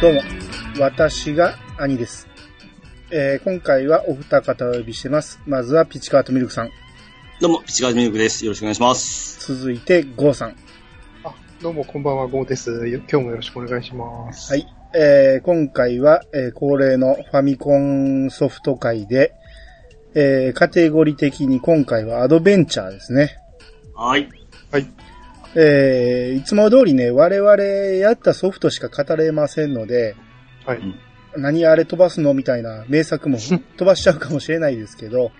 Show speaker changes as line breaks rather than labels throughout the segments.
どうも、私が兄です。えー今回はお二方をお呼びしてます。まずはピチカートミルクさん、
どうも、ピチカーズミルクです。よろしくお願いします。
続いてゴーさん。
あ、どうもこんばんは、ゴーです。よ今日もよろしくお願いします。
はい。えー今回は、えー恒例のファミコンソフト会で、えーカテゴリー的に今回はアドベンチャーですね。
はい。
はい。
えーいつも通りね、我々やったソフトしか語れませんので、
はい。
何あれ飛ばすのみたいな名作も飛ばしちゃうかもしれないですけど、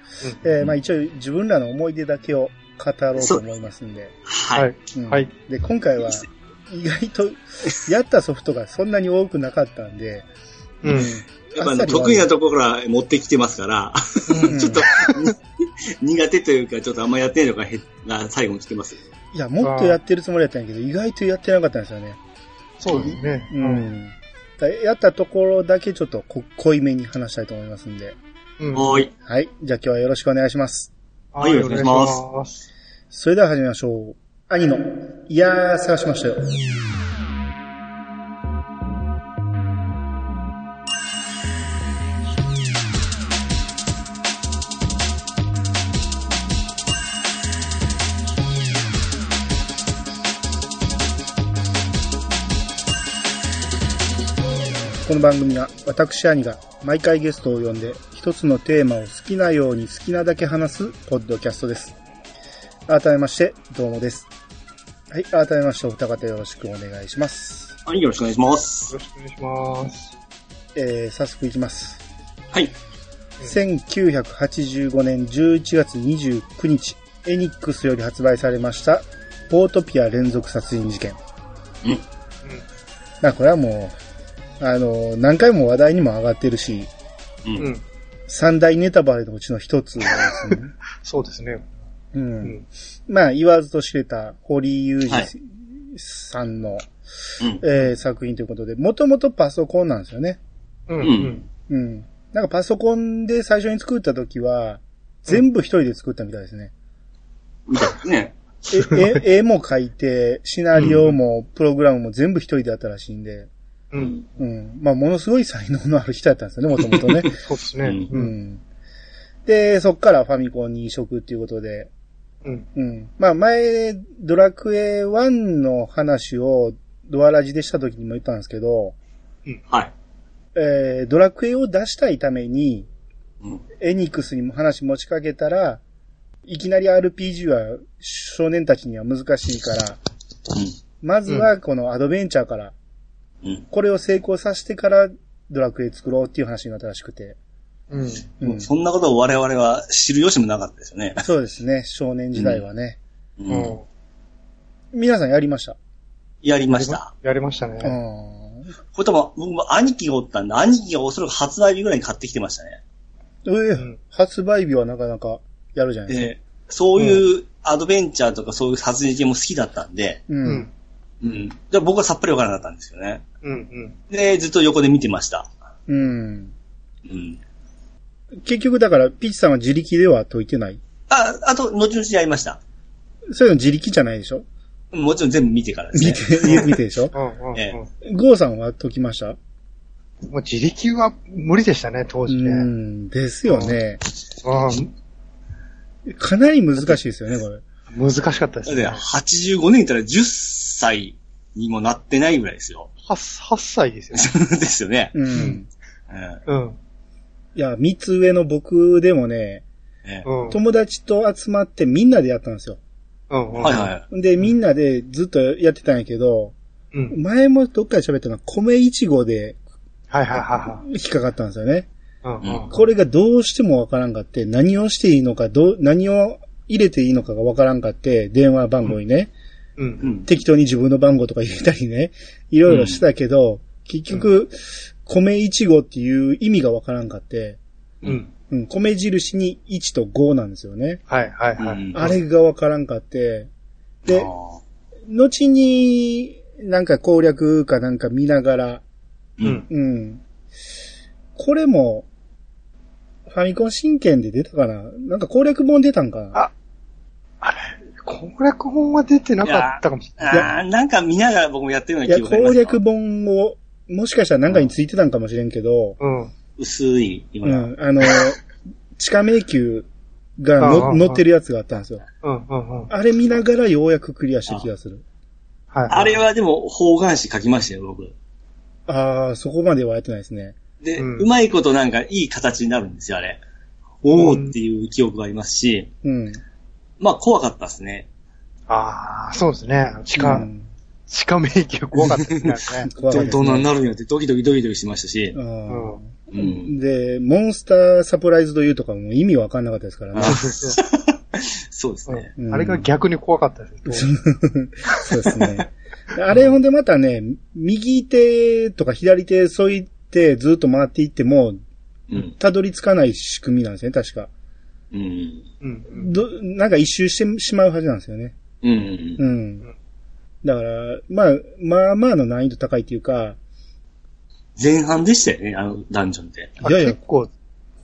えーまあ一応自分らの思い出だけを語ろうと思いますんで。
はい。
はい。
うん
はい。
で、今回は意外とやったソフトがそんなに多くなかったんで、
うん。
やっぱあ
あっさ
の
りは
得意なところから持ってきてますから、
うん
ちょっと苦手というか、ちょっとあんまやってないのが減が最後に来てます。
いや、もっとやってるつもりだったんやけど、意外とやってなかったんですよね。
そうですね。
う。ん。だやったところだけちょっとこ濃いめに話したいと思いますんで。
うん。
はーい。
はい。じゃあ今日はよろしくお願いします。
はい、
はいお願いします
お願いします。
それでは始めましょう。兄の、いやー、探しましたよ。この番組は私兄が毎回ゲストを呼んで一つのテーマを好きなように好きなだけ話すポッドキャストです。改めまして、どうもです。はい、改めましてお二方よろしくお願いします。
はい、よろしくお願いしま
よ
す。
ろしくお願いします。
えー、早速いきます。
はい。
1985年11月29日、エニックスより発売されました、ポートピア連続殺人事件。
うん
まあ、これはもう、あの、何回も話題にも上がってるし、
うん。
うん。うん。
三大ネタバレのうちの一つです ね。
そうですね。
う。
うんん。
まあ、言わずと知れた、堀井雄
は
二
い
さんの、
うん。
えー作品ということで、もともとパソコンなんですよね。
うん。
う
うんん。
うん。なんかパソコンで最初に作った時は、全部一人で作ったみたいですね。
みたいですね。
え、え、絵も描いて、シナリオも、プログラムも全部一人でやったらしいんで、
うん。
うん。まあ、ものすごい才能のある人だったんですよね、もともとね。
そうですね。
う
うん。
ん。で、そっからファミコンに移植っていうことで、
うん。
うん。まあ前、ドラクエ1の話をドアラジでした時にも言ったんですけど、
はい。
えー、ドラクエを出したいために、
うん。
エニックスにも話持ちかけたら、いきなり RPG は少年たちには難しいから、まずはこのアドベンチャーから、
うん。うん
これを成功させてからドラクエ作ろうっていう話になったらしくて。
うん。
うん。
そんなことを我々は知る由もなかったですよね。
そうですね、少年時代はね。
う。
うんん。
皆さんやりました。
やりました。
やりました
う
ね。
ん。
これとも、僕も兄貴がおったんで、兄貴がおそらく発売日ぐらいに買ってきてましたね。
えー
ん
発売日はなかなかやるじゃないですか。
で、そういうアドベンチャーとかそういう殺人系も好きだったんで、
う
うんん。。
うん。で僕はさっぱりわからなかったんですよね。
うん。うん。
で、ずっと横で見てました。
うん。
うん。
結局だから、ピッチさんは自力では解いてない。
あ、あと、後々やりました。
そういうの自力じゃないでしょ
もちろん全部見てからです
見
ね。
て、見てでしょ
うん。うん。
え
う
ゴーさんは解きました
ん。もう自力は無理でしたね、当
う
時ね。うん。
ん、ですよね。かなり難しいですよね、これ。
難しかったです
で、
ね。
85年から10歳にもなってないぐらいですよ。
8、8歳ですよね。
ですよね。
う
うんん。
うん
うん。
いや、三つ上の僕でもね、
ね
うん。
友達と集まってみんなでやったんですよ。
うん。うん
はいはい。
で、みんなでずっとやってたんやけど、
うん。
前もどっかで喋ったのは米一号で
はいはいは
引っかかったんですよね。
いはい。うんうん。
これがどうしてもわからんかって、何をしていいのか、どう、何を入れていいのかがわからんかって、電話番号にね、
う。
うんん。
適当に自分の番号とか入れたりね、いろいろしてたけど、結局、米一号っていう意味がわからんかって、
うん。
うん、米印に1と5なんですよね。
はいはいはい。
うん
あれがわからんかって、で
あ、ー
後になんか攻略かなんか見ながら、
う
うんん。
うん。これも、ファミコン新券で出たかななんか攻略本出たんかな
あ攻略本は出てなかったかもしれない。
あー、なんか見ながら僕もやってるよう
い
な
や、
記憶がありま
攻
すよ
略本をもしかしたらなんかについてたんかもしれんけど、
うん。
薄い、今
う
が。
ん、あの、地下迷宮がの
ああ
乗ってるやつがあったんですよ。
うん、うん、うん。
あれ見ながらようやくクリアした気がする。
はい。
あれはでも方眼紙書きましたよ、僕。
ああー、そこまではやってないですね。
で、
う
うんまいことなんかいい形になるんですよ、あれ。おーっていう記憶がありますし、
うん。
まあ怖かったですね。
ああ、そうですね。地
う
下、
ん。
地下迷宮怖かったですからね
怖かった
ど
です
ど
ね
んなんなるんやってドキドキドキドキしましたし、
あ
う
ー
ん。
で、モンスターサプライズドユーとかも意味わかんなかったですからね。
そうですね。
うん
あれが逆に怖かったですね。
そうですね。あれほんでまたね、右手とか左手添いてずっと回っていっても、
うん。
たどり着かない仕組みなんですね、確か。
うん。
うん。
ど、なんか一周してしまうはずなんですよね。
うん。
うん。だから、まあ、まあまあの難易度高いっていうか、
前半でしたよね、あのダンジョンって。
あ
いやいや
結構、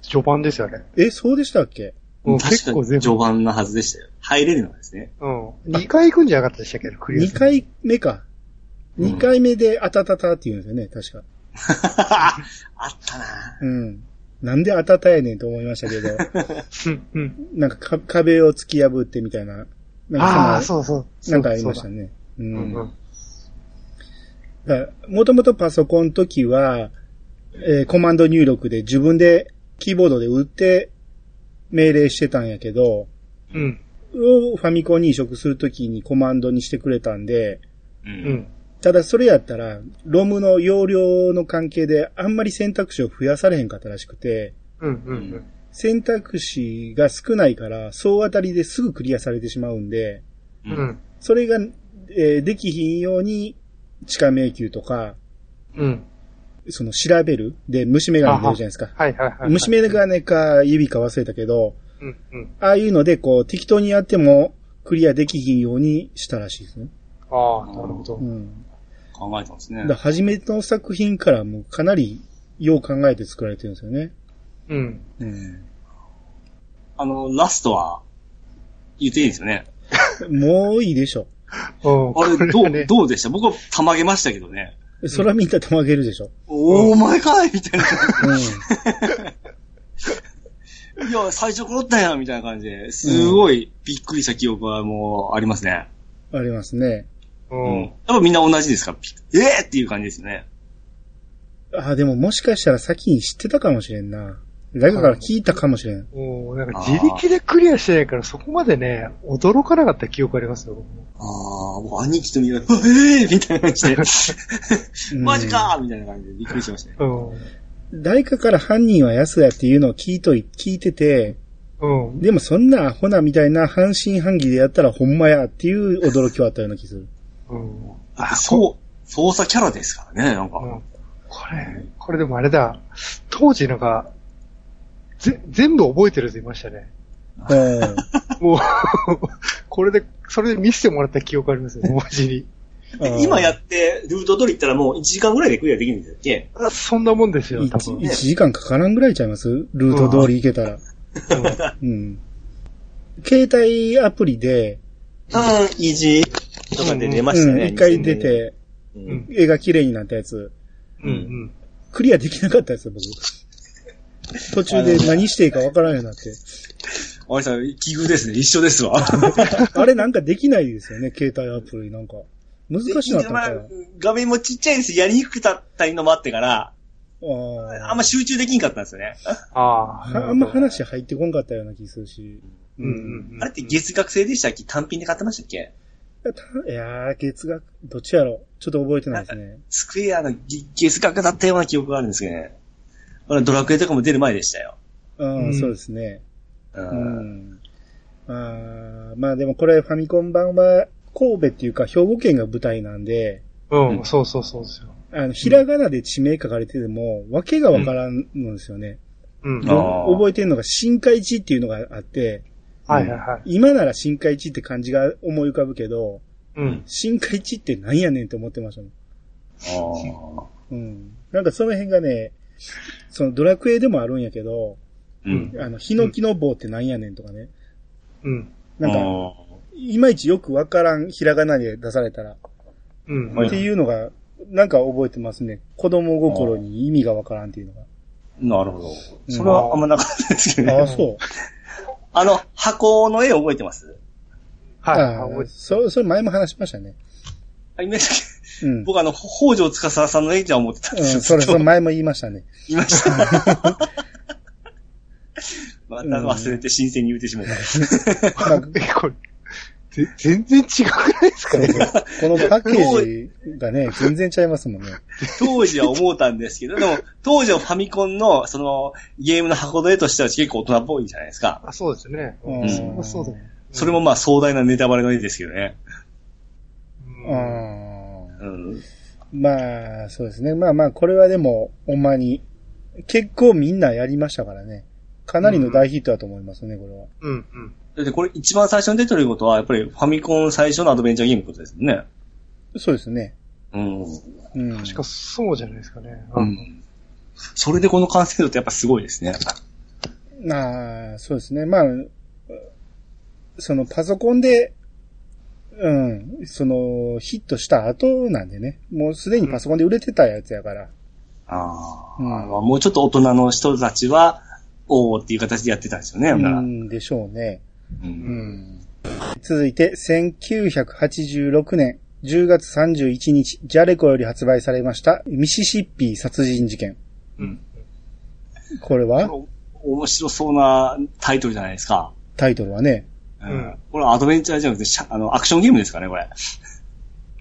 序盤ですよね。
え、そうでしたっけ
うん
確
結
か
構
に
全部
序盤なはずでしたよ。入れるのはですね。
うん。2回行くんじゃなかったでしたっけど、クリア
?2
する。
回目か。
うん
2回目であたたたって言うんですよね、確か。
あったな
うん。なんであたたやねんと思いましたけど、
うん、うん。
なんかか壁を突き破ってみたいな。なんかそんな
ああ、そうそう。
なんかありました
ね。
ね。う
うんん、う。ん。
もともとパソコンの時は、えーコマンド入力で自分でキーボードで打って命令してたんやけど、
うん、
をファミコンに移植するときにコマンドにしてくれたんで、
う。
うんん。
ただそれやったら、ロムの容量の関係であんまり選択肢を増やされへんかったらしくて、
うん、うん。
選択肢が少ないから、総当たりですぐクリアされてしまうんで、
うん。うん。
それが、えーできひんように、地下迷宮とか、
うん。
その調べるで虫眼鏡出るじゃないですか。
はいはいはいはい。
虫眼鏡か指か忘れたけど、
うん、うん。
ああいうのでこう適当にやってもクリアできひんようにしたらしいですね。
ああ、なるほど
う。ん。
考えてますね
だか。ら初めの作品からもうかなりよう考えて作られてるんですよね。
うん。
うん。
あの、ラストは、言っていいですよね。
もういいでしょ。
うん
あれ、ど
こは
う、
ね
どうでした僕はたまげましたけどね。
それはみんなたまげるでしょ。
おーお前かいみたい
うん。
な。いや、最初こったやんみたいな感じで、すごいびっくりした記憶はもうありますね。
ありますね。
うん。
う
やっぱみんな同じですかピえーっていう感じですね。
ああ、でももしかしたら先に知ってたかもしれんな。誰かから聞いたかもしれん。
ん。もう、なんか自力でクリアしてないから、そこまでね、驚かなかった記憶ありますよ、僕も
ああ、もう兄貴と見ると、ええーみたいな感じ
う
で、
ん
マジかーみたいな感じでびっくりしましたね。
誰かから犯人は安やっていうのを聞いとい、聞いてて、
うん。うん。
でもそんなアホなみたいな半信半疑でやったらほんまやっていう驚きはあったような気する。
うん。
あ、そう、操作キャラですからね、なんか。
うんこれ、これでもあれだ。当時なんか、ぜ、全部覚えてる人いましたね。
うん。
もう、 これで、それで見せてもらった記憶あ りますよ、マジに。
で 今や
っ
って、ルート通り行ったらもう1時間ぐらいでクリアできるんだっけ
あそんなもんですよ、多分。
1時間かからんぐらいちゃいますルート通り行けたら。うん。携帯アプリで、
ああ、イージーとかで出まし
う
た
ん、
ね。
一回出て、
う。
うんん、
絵が綺麗になったやつ、
うん、うん。
クリアできなかったですよ、僕。途中で何していいかわからんようになって。
あれさん、奇遇ですね。一緒ですわ。
あれなんかできないですよね、携帯アプリなんか。難しいなったのかな。あ
画面もちっちゃいです。やりにくくなったりのもあってから、
ー
あんま集中できんかったんですよね。
ああ。
ああんま話入ってこんかったような気するし。
うん、うん、うん。
あれって月額制でしたっけ単品で買ってましたっけ
いやたいやー、月額、どっちやろうちょっと覚えてないですね。
スクエアのぎ月額だったような記憶があるんですけどね。あれドラクエとかも出る前でしたよ。
うん、
うん
そうですね。
う。
うんん。あーまあでもこれファミコン版は神戸っていうか兵庫県が舞台なんで、
うん、そうそうそうですよ。
あの、ひらがなで地名書かれてても、わけがわからんのですよね。
うん。
あ
は
ー
覚えてるのが深海地っていうのがあって、
いはいはい。
今なら深海地って漢字が思い浮かぶけど、
うん。
深海地ってなんやねんって思ってましたもん。
ああ。
うん。なんかその辺がね、そのドラクエでもあるんやけど、
うん。
あの、ヒノキの棒ってなんやねんとかね。
うん。
なん
あ
か、
ー
いまいちよくわからんひらがなで出されたら、
うん。
はい
っていうのがなんか覚えてますね。子供心に意味がわからんっていうの
なるほど。それはあんまなかったですけど
が。あ
ね。
あ、そう。
あの、箱の絵覚えてます
はい。
あ
あ覚えて
そそれ前も話しましたね。
あ、今だけ
うん。
僕あの、北条司さんの絵じゃ思ってたん
う
で
ん、
すよ。
それ、
ずっ
そ
と
れ前も言いましたね。
いました。また忘れて新鮮に言うてしまった。
まあ
え、これ、ぜ全然違くないですかね
このパッケージがね、全然ちゃいますもんね。
当時は思ったんですけど、でも、当時のファミコンの、その、ゲームの箱の絵としては結構大人っぽいじゃないですか。
あ、そうですね。
う
うん
ん。
そうそうだね。
それもまあ壮大なネタバレの絵ですけどね。
うん。
あ
うん。
ーまあ、そうですね。まあまあ、これはでも、ほんまに、結構みんなやりましたからね。かなりの大ヒットだと思いますね、これは。
うん、うん。
だってこれ一番最初に出てることは、やっぱりファミコン最初のアドベンチャーゲームってことですよね。
そうですね。
うん。
うん。
確かそうじゃないですかね。
う。ん。それでこの完成度ってやっぱすごいですね。
ああ、そうですね。まあ、そのパソコンで、うん、そのヒットした後なんでね。もうすでにパソコンで売れてたやつやから。
ああ、
うん
まあもうちょっと大人の人たちは、おおっていう形でやってたんですよね。
う
だからうん
ん、でしょうね。うんん。続いて、1986年10月31日、ジャレコより発売されました、ミシシッピ殺人事件。
うん
これは
面白そうなタイトルじゃないですか。
タイトルはね。
うん
うん
これアドベンチャーじゃなくて、シャあの、アクションゲームですかね、これ。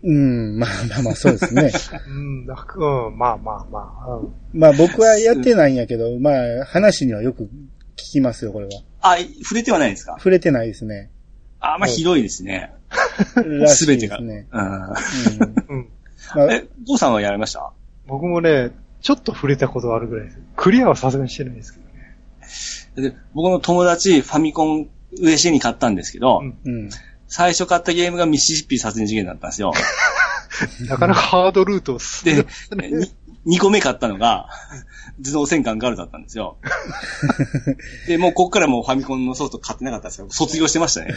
うん、まあまあまあ、そうですね。
うん、なんかうん、まあまあまあ。うん
まあ僕はやってないんやけど、まあ話にはよく聞きますよ、これは。
あ、触れてはないですか
触れてないです ね。
あ、まあ、
うん
ひどいですね。
らし
すべ
い
て
で
が。
すね。
う
うん
うん。
ま
ん。
あ、
え、ゴーさんはやられました
僕もね、ちょっと触れたことあるぐらいです。クリアはさすがにしてないですけどね。
で僕の友達、ファミコン、嬉しいに買ったんですけど、
うん
うん。
最初買ったゲームがミシシッピ殺人事件だったんですよ。
なかなかハードルートを進んで
で、2個目買ったのが、自動戦艦ガルだったんですよ。で、もうこっからもうファミコンのソフト買ってなかったんですよ。卒業してましたね。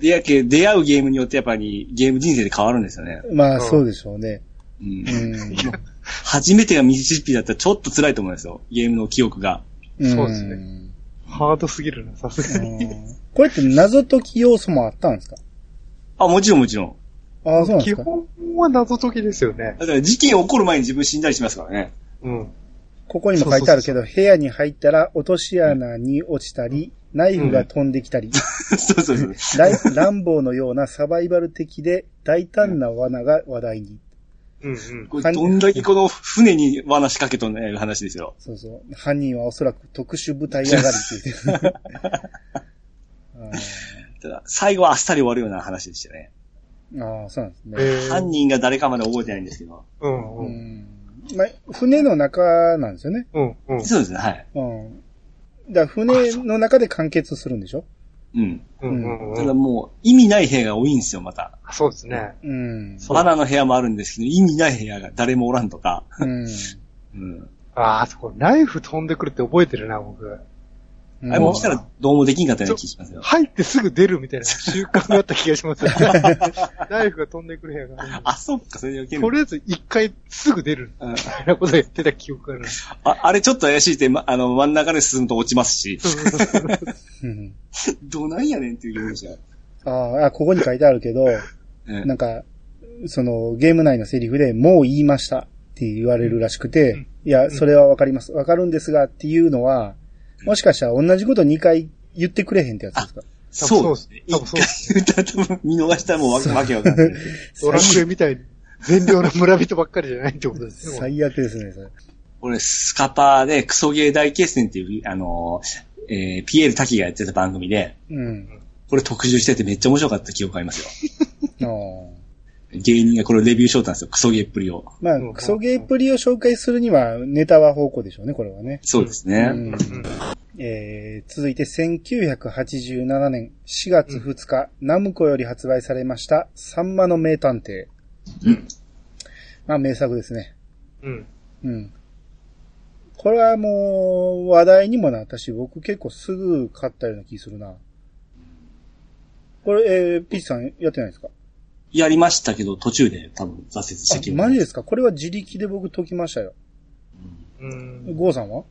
でやけ、出会うゲームによってやっぱりゲーム人生で変わるんですよね。
ま
う
あ
ん
そうでしょうね。
う。
うんん。
初めてがミシシッピだったらちょっと辛いと思うんですよ。ゲームの記憶が。
ん
そうですね。 ハードすぎるな、さす
う
がに。
んこれって謎解き要素もあったんですか
あ、もちろんもちろん。
ああ、そうなんで
基
すか
本は謎解きですよね。
だから事件起こる前に自分死んだりしますからね。
うん。
ここにも書いてあるけど、部屋に入ったら落とし穴に落ちたり、ナイフが飛んでき たり、
そうそうそう。
ライランボーのようなサバイバル的で大胆な罠が話題に。
うんうん。
これどんだけこの船に罠仕掛けとんねいう話ですよ。
そうそう。犯人はおそらく特殊部隊上がりって言ってる。
ただ、最後はあっさり終わるような話でしたね。
あーあー、そうなんですね。
え
犯
ー、
人が誰かまで覚えてないんですけど。
うん
う
うん。
んまあ、船の中なんですよね。
うんうん。
そうですね、はい。
うん。だから船の中で完結するんでしょ
うん。
うんうん
た
う
だ
ん。
もう、意味ない部屋が多いんですよ、また。
そうですね。
うん。
そう
バナの部屋もあるんですけど、意味ない部屋が誰もおらんとか。
うん。
うん。
ああ、そこ、ナイフ飛んでくるって覚えてるな、僕。
うん
あれもしたらどうもできんかったような気がしますよ。
入ってすぐ出るみたいな習慣があった気がします。ナイフが飛んでくる部屋があるんで
あ、そっか、それで受け
と
る。
りあえず一回すぐ出る
うん
みたいなことやってた記憶がある。
ああれちょっと怪しいって、ま、あの、真ん中で進むと落ちますし、
うん
どないやねんっていうゲームじゃん。
あーあ、ここに書いてあるけど、
うん
なんか、その、ゲーム内のセリフで、もう言いましたって言われるらしくて、
うん
いや、それはわかります。わかるんですがっていうのは、もしかしたら同じこと2回言ってくれへんってやつですか
そうですね。
多分
一
そう
回言
で
ったら多分見逃したらもうわけわ けわかんない。
ドラクエみたいに善良な村人ばっかりじゃないってことですね。
最悪ですね、それ。
俺、スカパーでクソゲー大決戦っていう、あの、えー、ピエール滝がやってた番組で、
うん。
これ特集しててめっちゃ面白かった記憶がありますよ。
あー
芸人がこれをレビューしよったんですよ。クソゲーっぷりを。
ま
うん
あ、クソゲープリを紹介するには、ネタは方向でしょうね、これはね。
そうですね。
うん
うん
えー続いて1987年4月2日、ナムコより発売されました、サンマの名探偵。
うん
まあ、名作ですね。
うん。
うん。これはもう、話題にもなったし、僕結構すぐ買ったような気するな。これ、えー、ピッチさんやってないですか
やりましたけど、途中で多分挫折してき
あマジですかこれは自力で僕解きましたよ。
うん。
ゴーさんは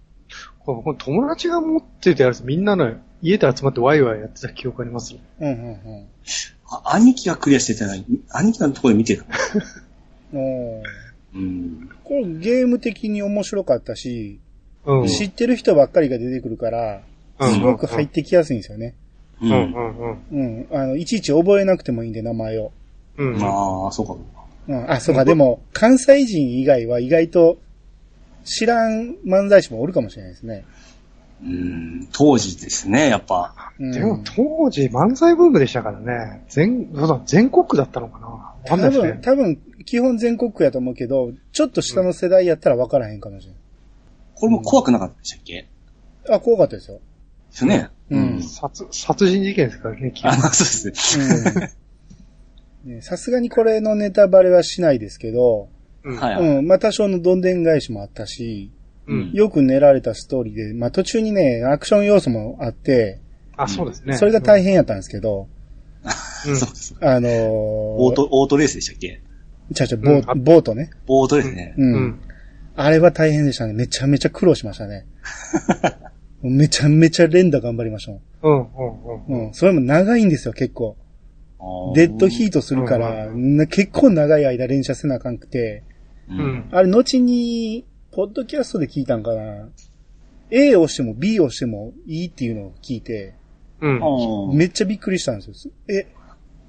これ僕友達が持ってたやつ、みんなの家で集まってワイワイやってた記憶ありますね。
うんうん
あ兄貴がクリアしてたら、兄貴のところで見てた。
うん。おー
うん。
これゲーム的に面白かったし、
うん。
知ってる人ばっかりが出てくるから、
うん
すごく入ってきやすいんですよね。
う。
うんんうんうん。
うん。あの、いちいち覚えなくてもいいんで、名前を。
うん。
まあ、そうかそうか。
うん。あ、そうか、でも、関西人以外は意外と、知らん漫才師もおるかもしれないですね。
うん。当時ですね、やっぱ。
うん、
でも当時漫才ブームでしたからね。全、そうだ全国区だったのかなわかんな
多
いです
分、
ね。
多分、基本全国区やと思うけど、ちょっと下の世代やったら分からへんかもしれ
これも怖くなかったでしたっけで
ない。あ、怖かったですよ。
すよね。
うん
殺、殺人事件です からね、き
あ、まあそうですね。
うん ねさすがにこれのネタバレはしないですけど、
うん
はいはい。
うん、まあ多少のどんでん返しもあったし、
うん。
よく練られたストーリーで、まあ途中にね、アクション要素もあって、
あ、そうですね。
それが大変やったんですけど、
うん
そうです。
あのー、
オート、オートレースでしたっけ
ちゃうちゃう、ボー,、
うん
ボートね。
オートレースね。
う。
うんん。
あれは大変でしたね。めちゃめちゃ苦労しました ね。めちゃめちゃ連打頑張りましたもん。
うん、うん、うん。
うん。それも長いんですよ、結構。
あ
デッドヒートするから、な結構長い間連射せなあかんくて、
う。
うんん。
あれ、後に、ポッドキャストで聞いたんかな。A を押しても B を押してもいいっていうのを聞いて、
うん。
あ
めっちゃびっくりしたんですよ。え、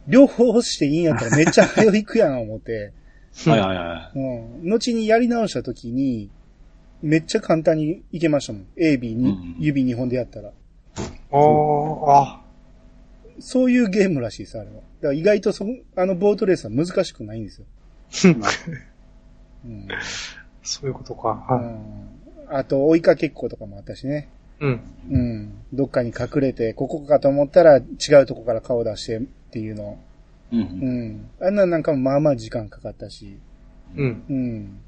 両方押していいんやったらめっちゃ早いくやん思って、
あ。はいはいは
うん。後にやり直した時に、めっちゃ簡単にいけましたもん。A、B
うんう
に
ん、
指2本でやったら。
あーあ、
そういうゲームらしいです、あれは。だから意外とそ、あのボートレースは難しくないんですよ。う ん。
そういうことか。
う
は
んあと、追いかけっことかもあったしね。
い。うん。
うん。どっかに隠れて、ここかと思ったら違うとこから顔出してっていうの。
い。う。
うんん。あんなんなんかもまあまあ時間かかったし。
うん。
うん。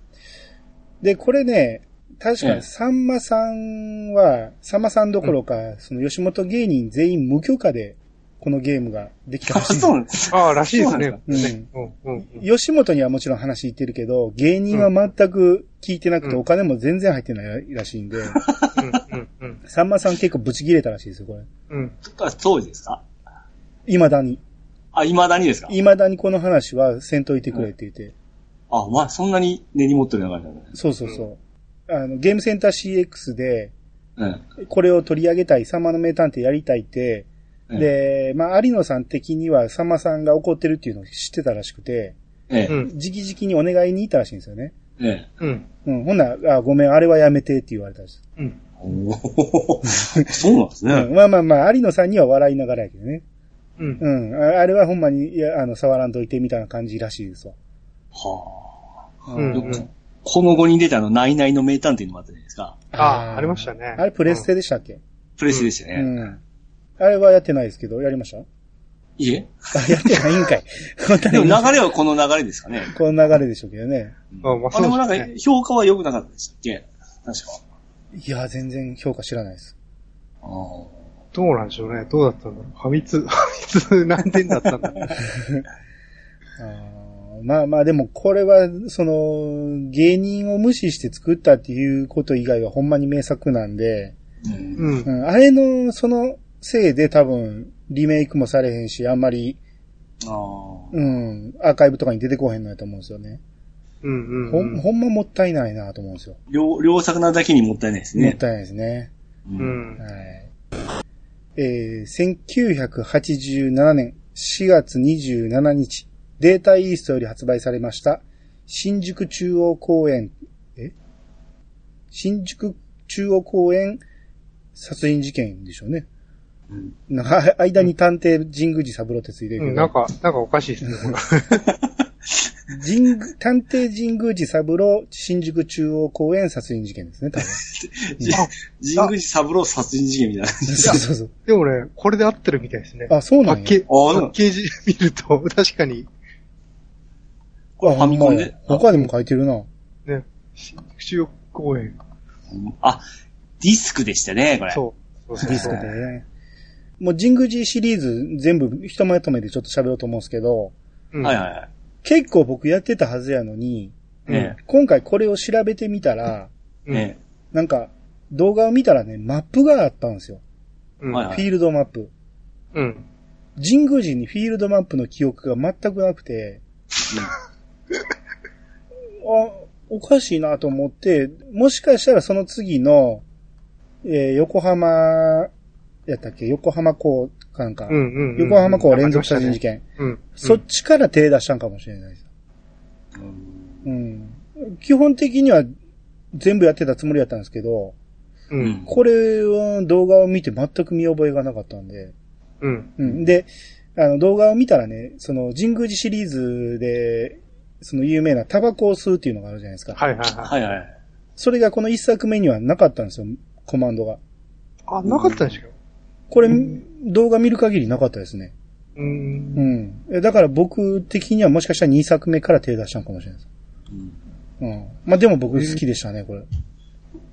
で、これね、確か
ええ
にさんまさんは、さんまさんどころか、その吉本芸人全員無許可で、このゲームができた
あ、
らしい。
そうなんです。
ああ、らしいですね。
うん
うん、うん。
吉本にはもちろん話言ってるけど、芸人は全く聞いてなくて、
うん
お金も全然入ってないらしいんで、
うん、うん、
さんまさん結構ブチ切れたらしいですよ、これ。
うん。
あ当時ですか
未だに。
あ、未だにですか
未だにこの話はせんといてくれって言って。
あ、まあ、そんなに根に持ってるような感じなんです。
そうそうそう。あの、ゲームセンター CX で、
うん。
これを取り上げたい、さんまの名探偵やりたいって、
うん
で、まあ、有野さん的には、さんまさんが怒ってるっていうのを知ってたらしくて、
え
う
え。
ん、
直々にお願いに行ったらしいんですよね。
ええ。
うん。
うん、ほんなら、あ、ごめん、あれはやめてって言われたんです。
うん。
おおそうなんです
うん、
ね。
まあまあまあ、有野さんには笑いながらやけどね。
うん。
うん、ああれはほんまに、いや、あの、触らんといてみたいな感じらしいですわ。
は
う
あ。
ん
この後に出たあの、ナイナイの名探偵のもあったじゃないですか。
あ
ー
あ、ありましたね。
あれプレステでしたっけ、
プレステでした
う
ね。
ん。あれはやってないですけど、やりました
いいえ。
あ、 やってないんかい。こんな
でも
に
流れはこの流れですかね。
この流れでしょうけどね。
あまあ
あ
そ
れ
うですね
もなんか、評価は良くなかったでしたっけ確か。
いや、全然評価知らないです。
ああ。
どうなんでしょうね。どうだったんだろう。ファミ通、ファミ通何点だったんだろう。
あーまあまあ、でもこれは、その、芸人を無視して作ったっていうこと以外はほんまに名作なんで、
うん。
うん
う。ん、あれの、そのせいで多分、リメイクもされへんし、あんまり、
ああ。
うん、アーカイブとかに出てこへんのやと思うんですよね。
うん。
ほ、
うんん。
ほんまもったいないなと思うんですよ。
両、両作なだけにもったいないです
もっ
ね。
たいないですね。
う。
うんん
は。い。えー、1987年4月27日、データイーストより発売されました、新宿中央公園、え新宿中央公園殺人事件でしょうね。
うん
なんか、あ間に探偵、神宮寺三郎ってついてる
う
け
ん、
ど、
なんか、なんかおかしいですね。
神宮探偵神宮寺三郎、新宿中央公園殺人事件ですね、多分。
神宮寺三郎殺人事件みたいな。
そうそうそう。
でもね、これで合ってるみたいですね。
あ、そう
パ
なん
ッ
や。
ケージ、パ
ああそうなの
ッケージ見ると、 確かに、
これファミコン
あ
で。
ほんまや他でも書いてるな。
ね、新宿中央公園。
あ、ディスクでしたね、これ。
そう。そう
デ
そう
ィス
そ
コ
う
でね。もう、神宮寺シリーズ全部一まとめでちょっと喋ろうと思うんですけど、
うん
はいはいはい。
結構僕やってたはずやのに、
うん
ね
今回これを調べてみたら、
うん
ね
なんか、動画を見たらね、マップがあったんですよ。
うん
はい
フ
はい
ィールドマップ。
うん。
神宮寺にフィールドマップの記憶が全くなくて、あ、おかしいなと思って、もしかしたらその次の、えー横浜、やったっけ横浜港かなんか、
うんうんうん。
横浜港連続殺人事
件。
件、
うん。
そっちから手出したんかもしれないです。うん。基本的には全部やってたつもりだったんですけど、
うん。うん。
これは動画を見て全く見覚えがなかったんで、
うん。
うん。で、あの動画を見たらね、その神宮寺シリーズで、その有名なタバコを吸うっていうのがあるじゃないですか。
はいはいはい。
はいはい。
それがこの一作目にはなかったんですよ、コマンドが。
あ、なかったんですよ。
これ、
うん
動画見る限りなかったですね。
う。
うんん。えだから僕的にはもしかしたら2作目から手出したのかもしれないです。
うん
うん。まあ、でも僕好きでしたね、これ。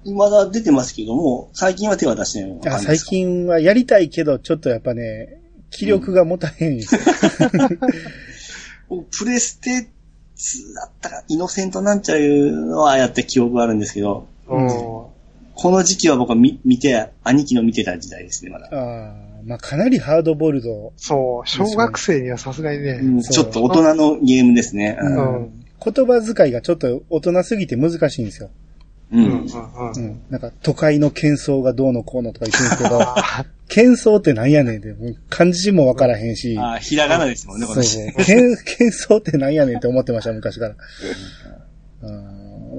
未だ出てますけども、最近は手は出してないような
あ
感じで
最
すか。
近はやりたいけど、ちょっとやっぱね、気力が持たへん。
僕プレステ2だったか、イノセントなんちゃいうのはやった記憶があるんですけど、
おー
この時期は僕は見見て、兄貴の見てた時代ですね、まだ。
ああ、まあ、かなりハードボイルド。
そう、小学生にはさすがにね。
うん
そう
ちょっと大人のゲームですね。
う
うん
ん言葉遣いがちょっと大人すぎて難しいんですよ。
う
うん
ん。
うん
う
うん。
ん。なんか、都会の喧騒がどうのこうのとか言ってるんですけど、
あ
喧騒ってなんやねんって、もう漢字もわからへんし。
ああ、ひらがなですもんね、
そう
私
そう。。喧 喧騒ってなんやねんって思ってました、昔から。うん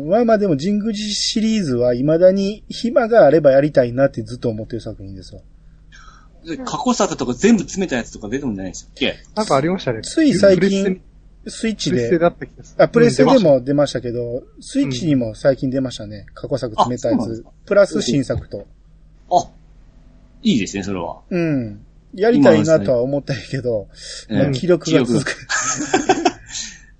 まあまあでも、神宮寺シリーズは未だに暇があればやりたいなってずっと思ってる作品ですわ。
過去作とか全部詰めたやつとか出てもんじゃないですっけ
なんかありましたね。
つい最
プレステに
近、スイッチ
プレステ
で、
だった気がする。
あ、プレステ
うん
で
出ま
も出ましたけど、スイッチにも最近出ましたね。過去作詰めたや
あそうなんです
つ
か。
プラス新作と。
あ、いいですね、それは。
うん。やりたいなとは思ったんやけど、まあ
うん
気力が続く。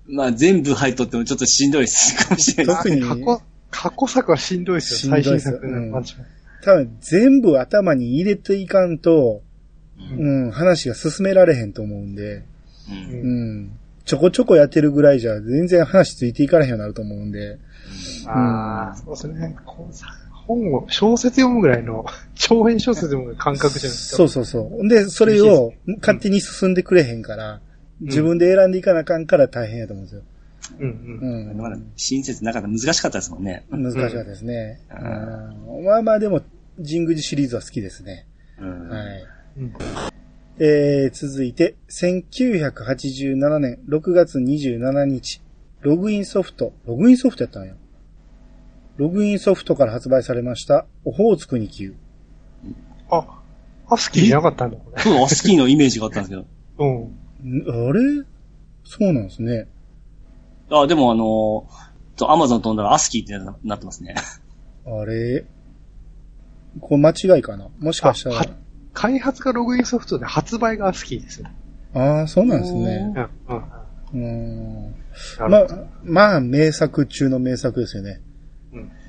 まあ、全部入っとってもちょっとしんどいですかもしれない。
特に
あ過去、過去作はしんどいですよ、
しん
最
どいで
新
す
作のマンション
多分全部頭に入れていかんと、うん、話が進められへんと思うんで、
う。
うん
うんん。ちょこちょこやってるぐらいじゃ全然話ついていかれへんようになると思うんで、
ああ、そうですね。こうさ本を、小説読むぐらいの、長編小説読むぐらいの感覚じゃないですか。
そうそうそう。で、それを勝手に進んでくれへんから、自分で選んでいかなあかんから大変やと思うんですよ。
う。うん
う
うん。
ん。
まだ親切なかった難しかったですもんね。
難しかったですね。
うん
うんまあまあでも、神宮寺シリーズは好きですね。
うん
はい。
うん
えー、続いて、1987年6月27日、ログインソフト、ログインソフトやったんや。ログインソフトから発売されました、オホーツクに級。
あ、アスキーいなかったんだ、これ。
そう、アスキーのイメージがあったんですけ
うん。
んあれそうなんですね。
ど。あ、でもあのーと、アマゾン飛んだらアスキーってななってますね。
あれこれ間違いかなもしかした
あは
ら。
開発がログインソフトで発売がアスキーですよ。
ああー、そうなんですね。
うん。うん。
うん。
な
ま
る
あ、まあ、名作中の名作ですよね。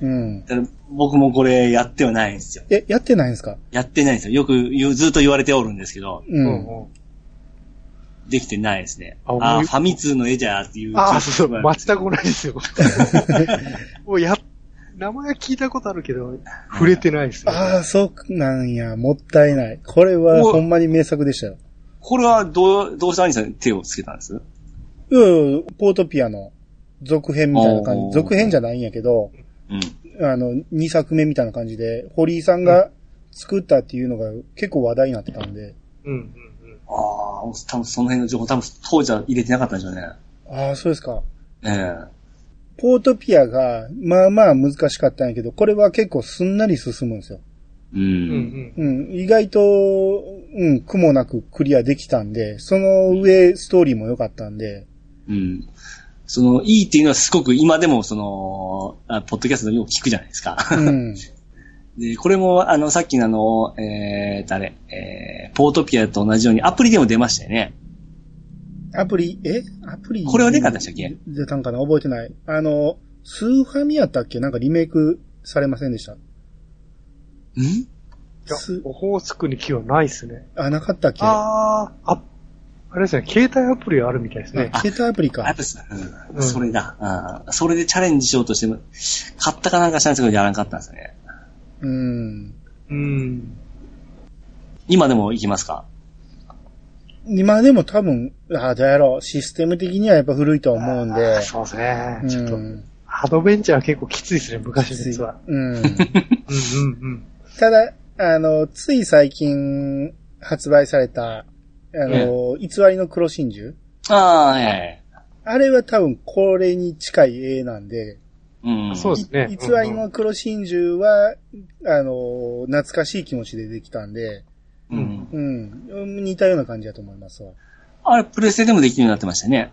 うん
うん。
だから僕もこれやってはないんですよ。
え、やってないんですか
やってないんですよ。よく言うずっと言われておるんですけど、
う
ほど
ん。
うんうん
できてないですね。
あ思い
あーファミ通の絵じゃーっていう。
ああ、そうそう、
ま
全く同じで すよ。もうや、名前は聞いたことあるけど、触れてないですね。
ああ、そうなんや。もったいない。これは
お
ほんまに名作でしたよ。
これはどう、どうして兄さんに手をつけたんです
いやいやポートピアの続編みたいな感
お
じ。
ー
続編じゃないんやけど、
うん。
あの、2作目みたいな感じで、堀井さんが作ったっていうのが結構話題になってたんで、
うんうん
ああ、多分その辺の情報、多分当時は入れてなかったんでしょうね。
ああ、そうですか。
ええ
ポートピアが、まあまあ難しかったんやけど、これは結構すんなり進むんですよ。
う。
うん。うんん
うん、意外と、うん、苦もなくクリアできたんで、その上、ストーリーも良かったんで、
うん。その、いいっていうのはすごく今でもその、あポッドキャストのよく聞くじゃないですか。
うん、
で、これも、あの、さっきのあの、えー、誰、えー、ポートピアと同じようにアプリでも出ましたよね。
アプリ、えアプリ
これは出たんでしたっけ
出たんかな覚えてない。あの、スーファミやったっけなんかリメイクされませんでした。
ん
いや
す、
オホーツクに気はないですね。
あ、なかったっけ
ああ、あ、あれですね、携帯アプリはあるみたいですね
ね。、携帯アプリ
やっ
か。
ぱさ、うん
うん
それだ、うんそれでチャレンジしようとしても、買ったかなんかしたんですけど、やらなかったんですよね。
うん。
うん。
今でも行きますか
今でも多分、ああ、どうやろう。システム的にはやっぱ古いとは思うんで
あ。そうですね。
うん
ちょっと、アドベンチャーは結構きついですね、昔のやつは。
うん。
うんうんうん。
ただ、あの、つい最近発売された、あの、偽りの黒真珠。
ああ、え
あれは多分これに近い絵なんで、
えうん。
そうですね。
偽
うん
り
うん
の黒真珠は、あの、懐かしい気持ちでできたんで、
うん。
うん、似たような感じだと思いますわ。
あれ、プレステでもできるようになってましたね。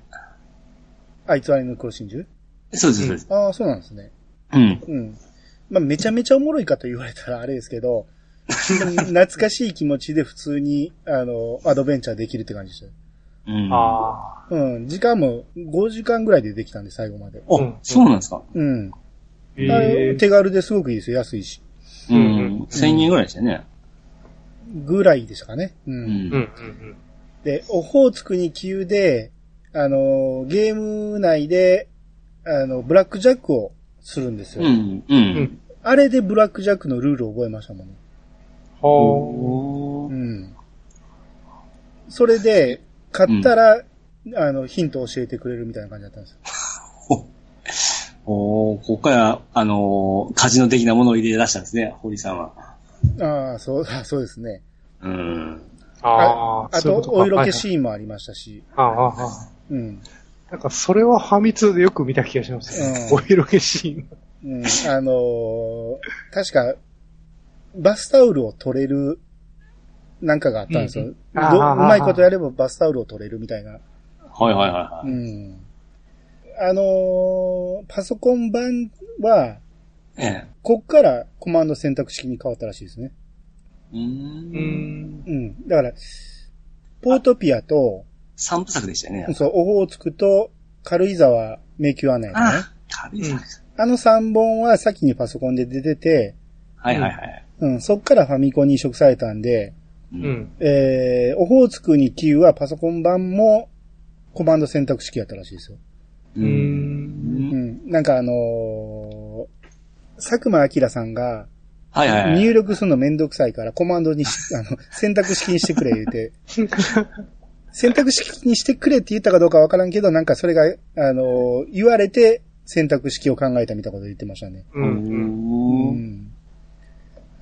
あ、偽りの黒真珠
そうです、そうです。
ああ、そうなんですね。
うん。
うん。まあ、めちゃめちゃおもろいかと言われたらあれですけど、懐かしい気持ちで普通に、あの、アドベンチャーできるって感じでした。
うん。
あ
うん、時間も5時間ぐらいでできたんで、最後まで。
お
うん
そうなんですか。
うん。
ー。
あれ
えー
手軽ですごくいいですよ、安いし。
う
うん
ん。1000円ぐらいでしたね。
ぐらいでしたかね。う。
うん
うんうん
ん。
うん。
で、オホーツクに急で、あの、ゲーム内で、あの、ブラックジャックをするんですよ。
うん。う
うんん。
あれでブラックジャックのルールを覚えましたもんね。
ほ
お
う
ー
ん。それで、買ったら、あの、ヒントを教えてくれるみたいな感じだったんですよ。
おーここから、あのーカジノ的なものを入れ出したんですね、堀さんは。
ああ、そう、あそうですね。
うん。
ー。あー
あ
そういう
と
こ、か
お色気
はい
シーンもありましたし。
はいあーあーあ
うん。
ーなんか、それはファミ通でよく見た気がしますね。
うん
お色気シーン。
うん、あのー確か、バスタオルを取れる、なんかがあったんですよ。
うん
どう
あー
まいことやればバスタオルを取れるみたいな。
はいはいはいは
う
い。
ん。あのーパソコン版は、
え
こっからコマンド選択式に変わったらしいですね。
え。うー。
うんん。
うん。だから、ポートピアと、
三部作でしたよね。
そう、オホーツクと、軽井沢迷宮案内かね。
あ、軽井沢。
あの3本は先にパソコンで出てて、
はいはいはい。
うん、そっからファミコンに移植されたんで、
う
う。ん。
えー、オホーツクにキーはパソコン版もコマンド選択式やったらしいですよ。
う。
うんん。
うん。なんかあのー佐久間明さんが
はいはいはい。
入力するのめんどくさいからコマンドに し、あの、選択式にしてくれ言うて、 選択式にしてくれって言ったかどうかわからんけど、なんかそれが、あのー言われて選択式を考えたみたいなこと言ってましたね。
うんうん。
う
うん
ん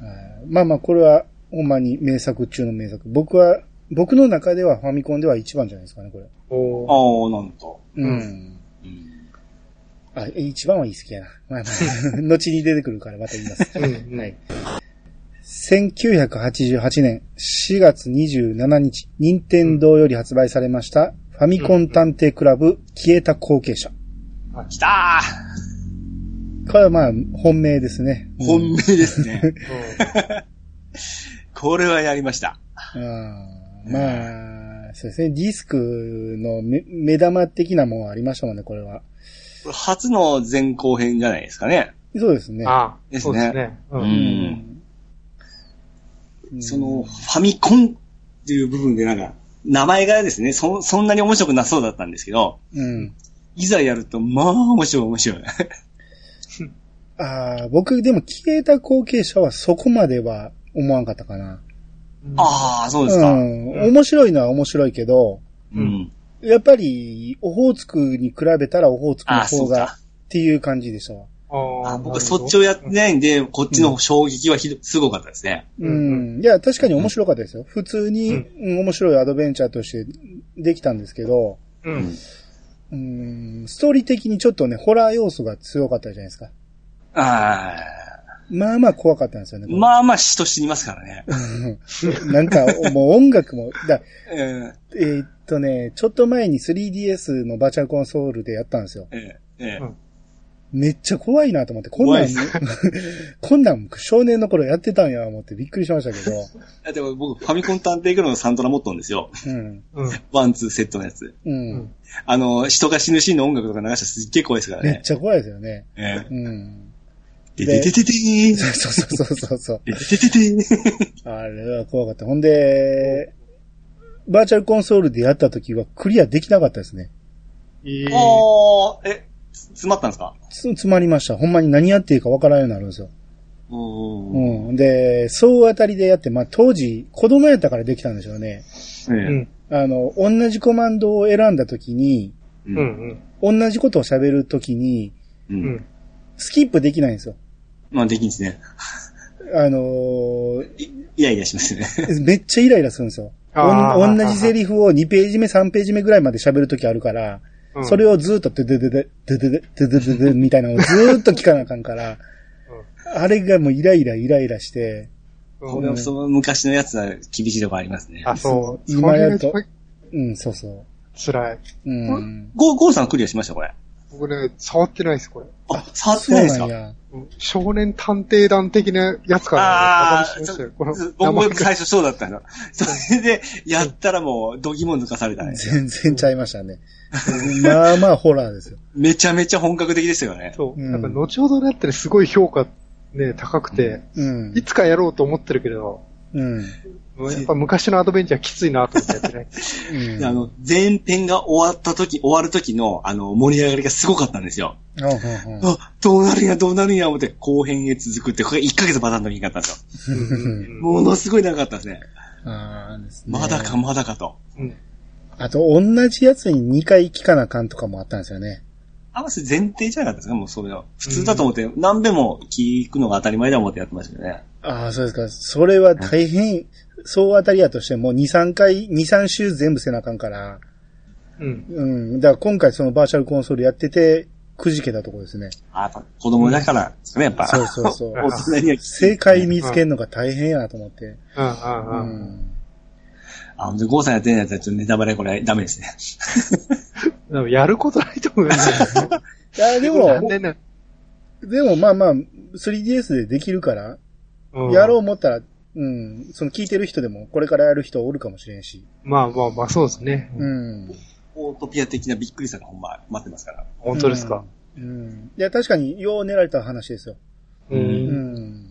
はいまあまあ、これは、ほんまに名作中の名作。僕は、僕の中ではファミコンでは一番じゃないですかね、これ。
おー
ああ、なんと。
うん。
うん
うん
あ、え一番は言い過ぎやな。まあまあ、 後に出てくるからまた言います。
うん
はい。1988年4月27日、任天堂より発売されました、ファミコン探偵クラブ消えた後継者。
きた
これはまあ、本命ですね。
ー本命ですね。これはやりました。
あーまあ、そうですね。ディスクのめ目玉的なもんはありましたもんね、これは。
これ初の前後編じゃないですかね。
そうですね。
ああ、
です
そ
ね
うですね。う。
うんん
うん
その、ファミコンっていう部分でなんか、名前がですね、そ、そんなに面白くなそうだったんですけど、
うん。
いざやると、まあ面白い面白い。
ああ、僕でも消えた後継者はそこまでは思わんかったかな。
ああ、そう
う
ですか。うん。
ん。面白いのは面白いけど、やっぱり、オホーツクに比べたらオホーツクの
ああ、そ
方
う
がっ。
か
ていう感じでしたわ。
あ
あ
あ、
僕はそっちをやってないんで、こっちの衝撃はひど、すごかったですね。
う
うん
ん。いや、確かに面白かったですよ。普通に、
う
うん面白いアドベンチャーとしてできたんですけど、
う。。
うん
うん、ストーリー的にちょっとね、ホラー要素が強かったじゃないですか。
ああ。
まあまあ怖かったんですよね。これ
まあまあ死と死にますからね。
なんか、もう音楽も、だ
え
えーっとね、ちょっと前に 3DS のバーチャルコンソールでやったんですよ。
ええええ
うん
めっちゃ怖いなと思って、こんなん、 こんなん少年の頃やってたんや思ってびっくりしましたけど。
だって僕、ファミコン探偵クラブのサントラ持っとんですよ。
うん。
うん。
ワン、ツー、セットのやつ。
うん。
うん
あの、人が死ぬシーンの音楽とか流したらすっげえ怖いですから
めっ
ね。
ちゃ怖いですよね。
ええ
うん。
でででででー
そうそうそうそうそう。
でででででー
あれは怖かった。ほんで、バーチャルコンソールでやった時はクリアできなかったですね。
いい。
あー、え、つ詰まったんですか
つ、詰まりました。ほんまに何やっていいかわからんようになるんですよ。
うーん。
うん。で、総当たりでやって、まあ当時、子供やったからできたんでしょうね。
う
ええ
ん。
あの、同じコマンドを選んだ時に、
う。
うんん。
同じことを喋る時に、
う。
うんん。
スキップできないんですよ。
まあ、できんですね。
あのー
イライラしますよね。
めっちゃイライラするんですよ。
あー
おん同じセリフを2ページ目、3ページ目ぐらいまで喋るときあるから、
うん
それをずーっとドゥドゥドゥドゥドゥドゥドゥドゥドゥみたいなのをずーっと聞かなあかんから、あれがもうイライライライラして、
うん
これはその昔のやつは厳しいとこありますね。
あ、そう。
そう今やると
それが
うん、そうそ
一番辛い。
う。うん。
ゴー、ゴーさんクリアしましたこれ。
僕ね、触ってないです、これ。
あ、触ってないです
そ
か
うなんや。
うん少年探偵団的なやつかな。
あ
わ
あ
かりましたよこの
ー、
名
僕
前
も
が
最初そうだったの。それで、やったらもう、どぎも抜かされたね。
全然ちゃいましたね。まあまあホラーですよ。
めちゃめちゃ本格的でしたよね。
そう。
うん
なんか、後ほどになったらすごい評価、ね、高くて、
うん
い。つかやろうと思ってるけど、
うん。
やっぱ昔のアドベンチャーきついなと思ってやってない。
うん。
あの、前編が終わった時、終わる時の、あの、盛り上がりがすごかったんですよ。
ほうほうほう
あ、どうなるんや、どうなるんや、思って、後編へ続くって、これ1ヶ月またんのにかったんですよ。
うん
ものすごい長かったですね。
あーですね
まだかまだかと。
うん
あと、同じやつに2回聞かなあかんとかもあったんですよね。
合わせ前提じゃなかったですかもうそれは。普通だと思って、何べも聞くのが当たり前だと思ってやってましたけどね。
ああ、そうですか。それは大変、総当たりやとしても2、3回、2、3週全部せなあかんから。
うん。
うん。だから今回そのバーチャルコンソールやってて、くじけたところですね。
あやっぱ子供だからですかね、やっぱ。
そうそうそう
大人にはきつい
正解見つけるのが大変やなと思って。
うん
う
うんうん。
ん。
あ、ほんで、ゴーさんやってんやつはちょっとネタバレこれダメですね。
でもやることないと思うよね。
いや、で
残
も、
念な。
でもまあまあ、3DS でできるから、
うん
やろう思ったら、うん、その聞いてる人でも、これからやる人おるかもしれんし。
まあまあまあ、そうですね。
うん。
オートピア的なびっくりさがほんま待ってますから。
本当ですか。
うん。うん。いや、確かに、よう練られた話ですよ。
う。
うんん。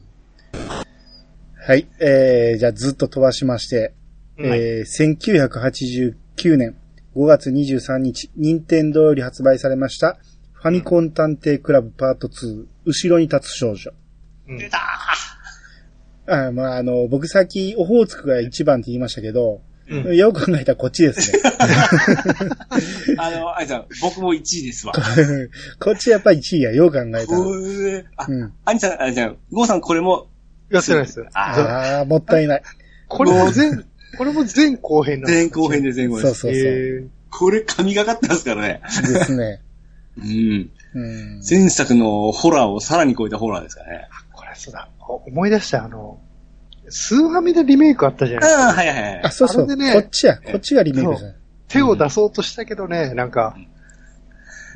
はい。えー、じゃあずっと飛ばしまして、
はい
えー、1989年5月23日、任天堂より発売されました、ファミコン探偵クラブパート2、後ろに立つ少女。
うん
出た
あーまあ、あの、僕さっき、オホーツクが一番って言いましたけど、
うん
よく考えたらこっちです ね。
ーあの、あいさん、僕も1位ですわ。
こっちやっぱ1位や、よう考えたら。
うーあ、
うん。
アニさん、あじゃあ、ゴーさんこれも、
やってないですよ。
あ
ああ、もったいない。
これも全、これも全後編
ー
なんです
前
か
後編です、前後
そうそ
編
う
です。
そう。で
へー
これ神がかってますからね。
すね。
うん。
うん。
前作のホラーをさらに超えたホラーですからね。
これそうだ。お思い出した、あの、スーファミでリメイクあったじゃないですか。
ああ、はいはいは
あ、
い。
そうそう。
あれでね
こっちや。こっちがリメイクじゃん。
手を出そうとしたけどね、なんか、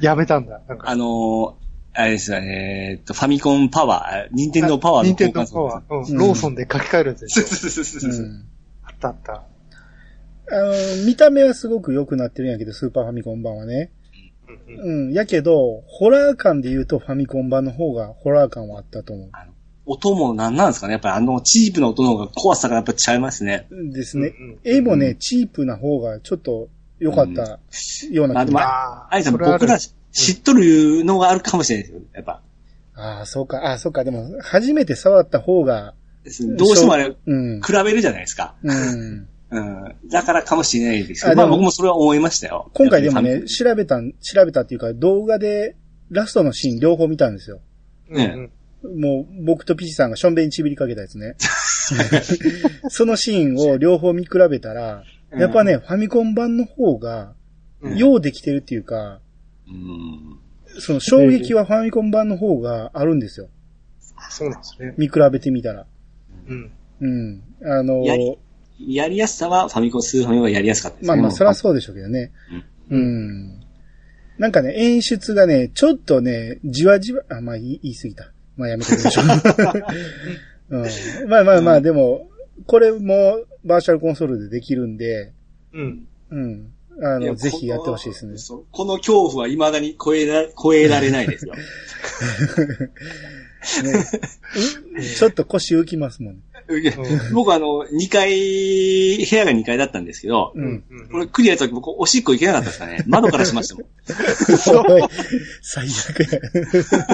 やめたんだ。なんか、
あのー、あれですよね、えーっと、ファミコンパワー、ニンテンドーパワーの
任
交
天堂
換す
パ
る
ワー、うん
うん
ローソンで書き換えるやつでし
そう
ょ。
そうそうそう
う
そう。
ん。
あったあった。
あの、見た目はすごく良くなってるんやけど、スーパーファミコン版はね。
うん
うん。やけど、ホラー感で言うとファミコン版の方がホラー感はあったと思
音も何なんですかねやっぱりあのチープな音の方が怖さがやっぱ違いますね。
う。ですね。
うんうん
絵もね、チープな方がちょっと良かったような気
ま
が。
あ
アイさん、
それはある
僕ら知っとるのがあるかもしれないですよ。やっぱ。
ああ、そうか。ああ、そうか。でも、初めて触った方が、
どうしてもあれ、比
うん。
べるじゃないですか。
うん。
うん。だからかもしれないです
あ
け
で
ど、ま
も
あ僕もそれは思いましたよ。
今回でも
やっ
ね、
ぱり
調べたん、調べたっていうか、動画でラストのシーン両方見たんですよ。
うん
ね
うん
もう、僕とピチさんがしょんべんにちびりかけたやつ ね。そのシーンを両方見比べたら、
うん
やっぱね、ファミコン版の方が、
うん
ようできてるっていうか、
うん。
その衝撃はファミコン版の方があるんですよ。
そうなんですね。
見比べてみたら。
うん。
うん。あの
やり、やりやすさは、ファミコン、スーファミはやりやすかったです
ま
ね。
あまあ、そりゃそうでしょうけどね。うん。なんかね、演出がね、ちょっとね、じわじわ、あ、まあ、言い言い過ぎた。まあ、やめてみ ましょう。うん、まあまあまあ、でも、これもバーチャルコンソールでできるんで、
うん。
うん。あ
いや
の、ぜひやってほしいです
こ
ね
の。そうこの恐怖は未だに超えら超えられないです よ。
ね うんちょっと腰浮きますもん。
う
僕あの、2階、部屋が2階だったんですけど、
うん。
これクリアした時僕、おしっこ行けなかったですかね。窓からしましたもん。
おい最悪や。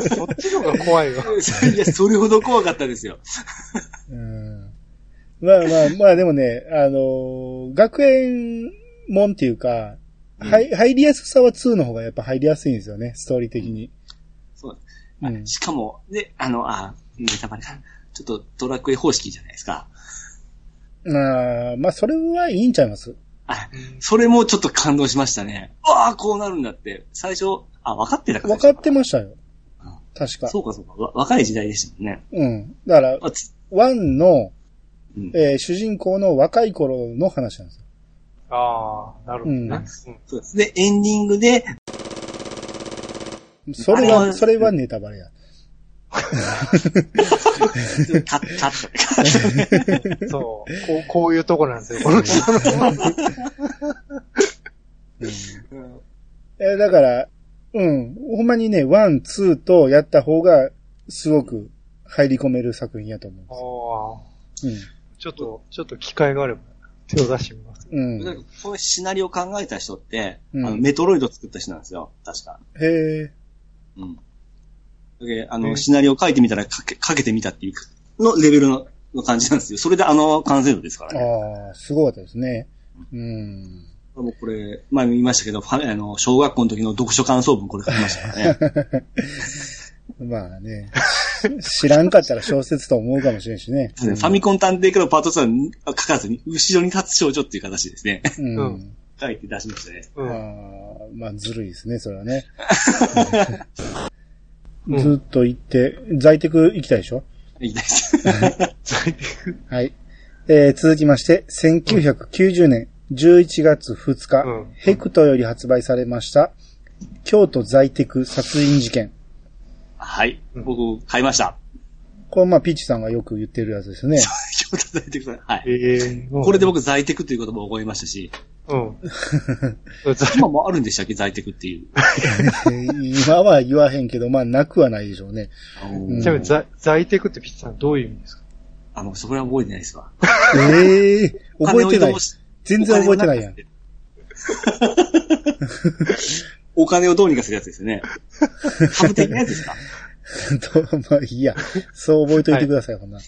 そっちの方が怖いわ。
いや、それほど怖かったですよ。
うんまあまあ、まあでもね、あのー学園門っていうか、はい、入りやすさは2の方がやっぱ入りやすいんですよね、ストーリー的に。
そう
うん。
しかも、ね、あの、あ、ネタバレか。ちょっとドラクエ方式じゃないですか。
まあ、まあ、それはいいんちゃいます
あ、それもちょっと感動しましたね。うわあ、こうなるんだって。最初、あ、分かってたから。
分かってましたよ。確か。
そうかそうか。わ若い時代でしたもんね。
うん。だから、
あつ
1の、
うん
えー主人公の若い頃の話なんですよ。
ああ、なるほど
うん
ね。
そうです。で、エンディングで、
それ
あれ
は、
は
それはネタバレや。
カッ、カッと。
うんそう。 こう、こういうとこなんですよ、この人の。
えーだから、うん。ほんまにね、1、2とやった方が、すごく入り込める作品やと思うんです
ああ。
うん。
ちょっと、ちょっと機会があれば手を出してみます。
うん。
なんかこのシナリオを考えた人って、
うん
あのメトロイド作った人なんですよ。確か。
へえ。
うん。だけどあの、
え
シナリオ書いてみたらかけ、かけてみたっていう、のレベルの、の感じなんですよ。それであの完成度ですからね。
ああ、すごかったですね。うん。
もうこれ、前も言いましたけど、ファあの、小学校の時の読書感想文これ書きました からね。
まあね。 知らんかったら小説と思うかもしれんしね。
ファミコン探偵クラブパート2は書かずに、後ろに立つ少女っていう形ですね。
うん。
う
書いて出しましたね。
う
あ
ん。
ーまあ、ずるいですね、それはね。
うん
ずっと行って、在宅行きたいでしょ
いきたいです。
在宅
はい。えー続きまして、1990年11月2日、
うん
ヘクトより発売されました、京都在宅殺人事件。
はい。
うん
僕、買いました。
これまあ、ピーチさんがよく言ってるやつですね。
京都在宅さん。はい。
ええ
これで、僕、在宅という言葉を覚えまし たし、
うん。 在
今もあるんでしたっけ在宅っていう。
今は言わへんけど、まあ、なくはないでしょうね。
あの
うん
ちなみに在、在宅ってピッツさんどういう意味ですか
あの、それは覚えてないですわ。
ええ覚えてない。全然覚えてないやん。
お金をどう にかするやつですよね。株的なや つですか
とまあ、いいや。そう覚えといてください、ほんなら。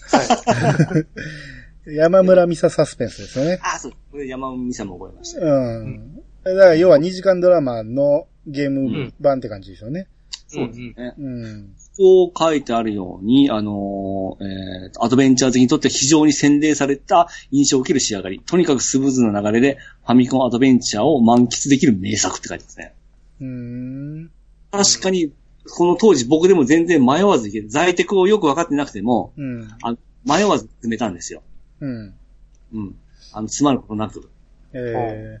山村美沙サスペンスですよね。
ああ、そう。これ山海さんも覚えました。
うん。だから、要は2時間ドラマのゲーム版って感じでしょうね。
そうですね。
うん。
こう書いてあるように、あのーえーとアドベンチャーズにとって非常に洗練された印象を受ける仕上がり。とにかくスムーズな流れでファミコンアドベンチャーを満喫できる名作って書いてますね。
うーん。
確かに、この当時僕でも全然迷わずいけ、在宅をよく分かってなくても、
うん。
あ迷わず詰めたんですよ。
うん。
うん。あの、詰まることなく。
ええ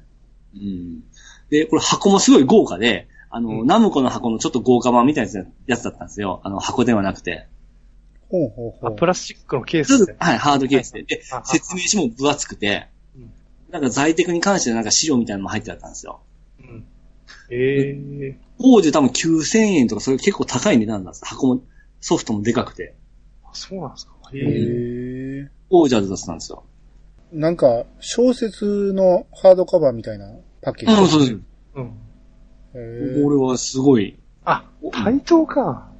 うん。で、これ箱もすごい豪華で、あの、
うん
ナムコの箱のちょっと豪華版みたいなやつだったんですよ。あの、箱ではなくて。
ほうほうほ
あ、
う。
プラスチックのケー
ず
ス
っ
で
と。はい、ハードケースで。で、
ああ
説明書も分厚くて
うん、
なんか在宅に関してなんか資料みたいなのも入ってあったんですよ。
うんええ
当時多分9000円とか、それ結構高い値段なんです。箱も、ソフトもでかくて。
あそうなんですか。え
え
え
え
王者だったんですよ。
なんか、小説のハードカバーみたいなパッケージ。
うん、そうです。
うん。
へえ
これはすごい。
あ、対等か。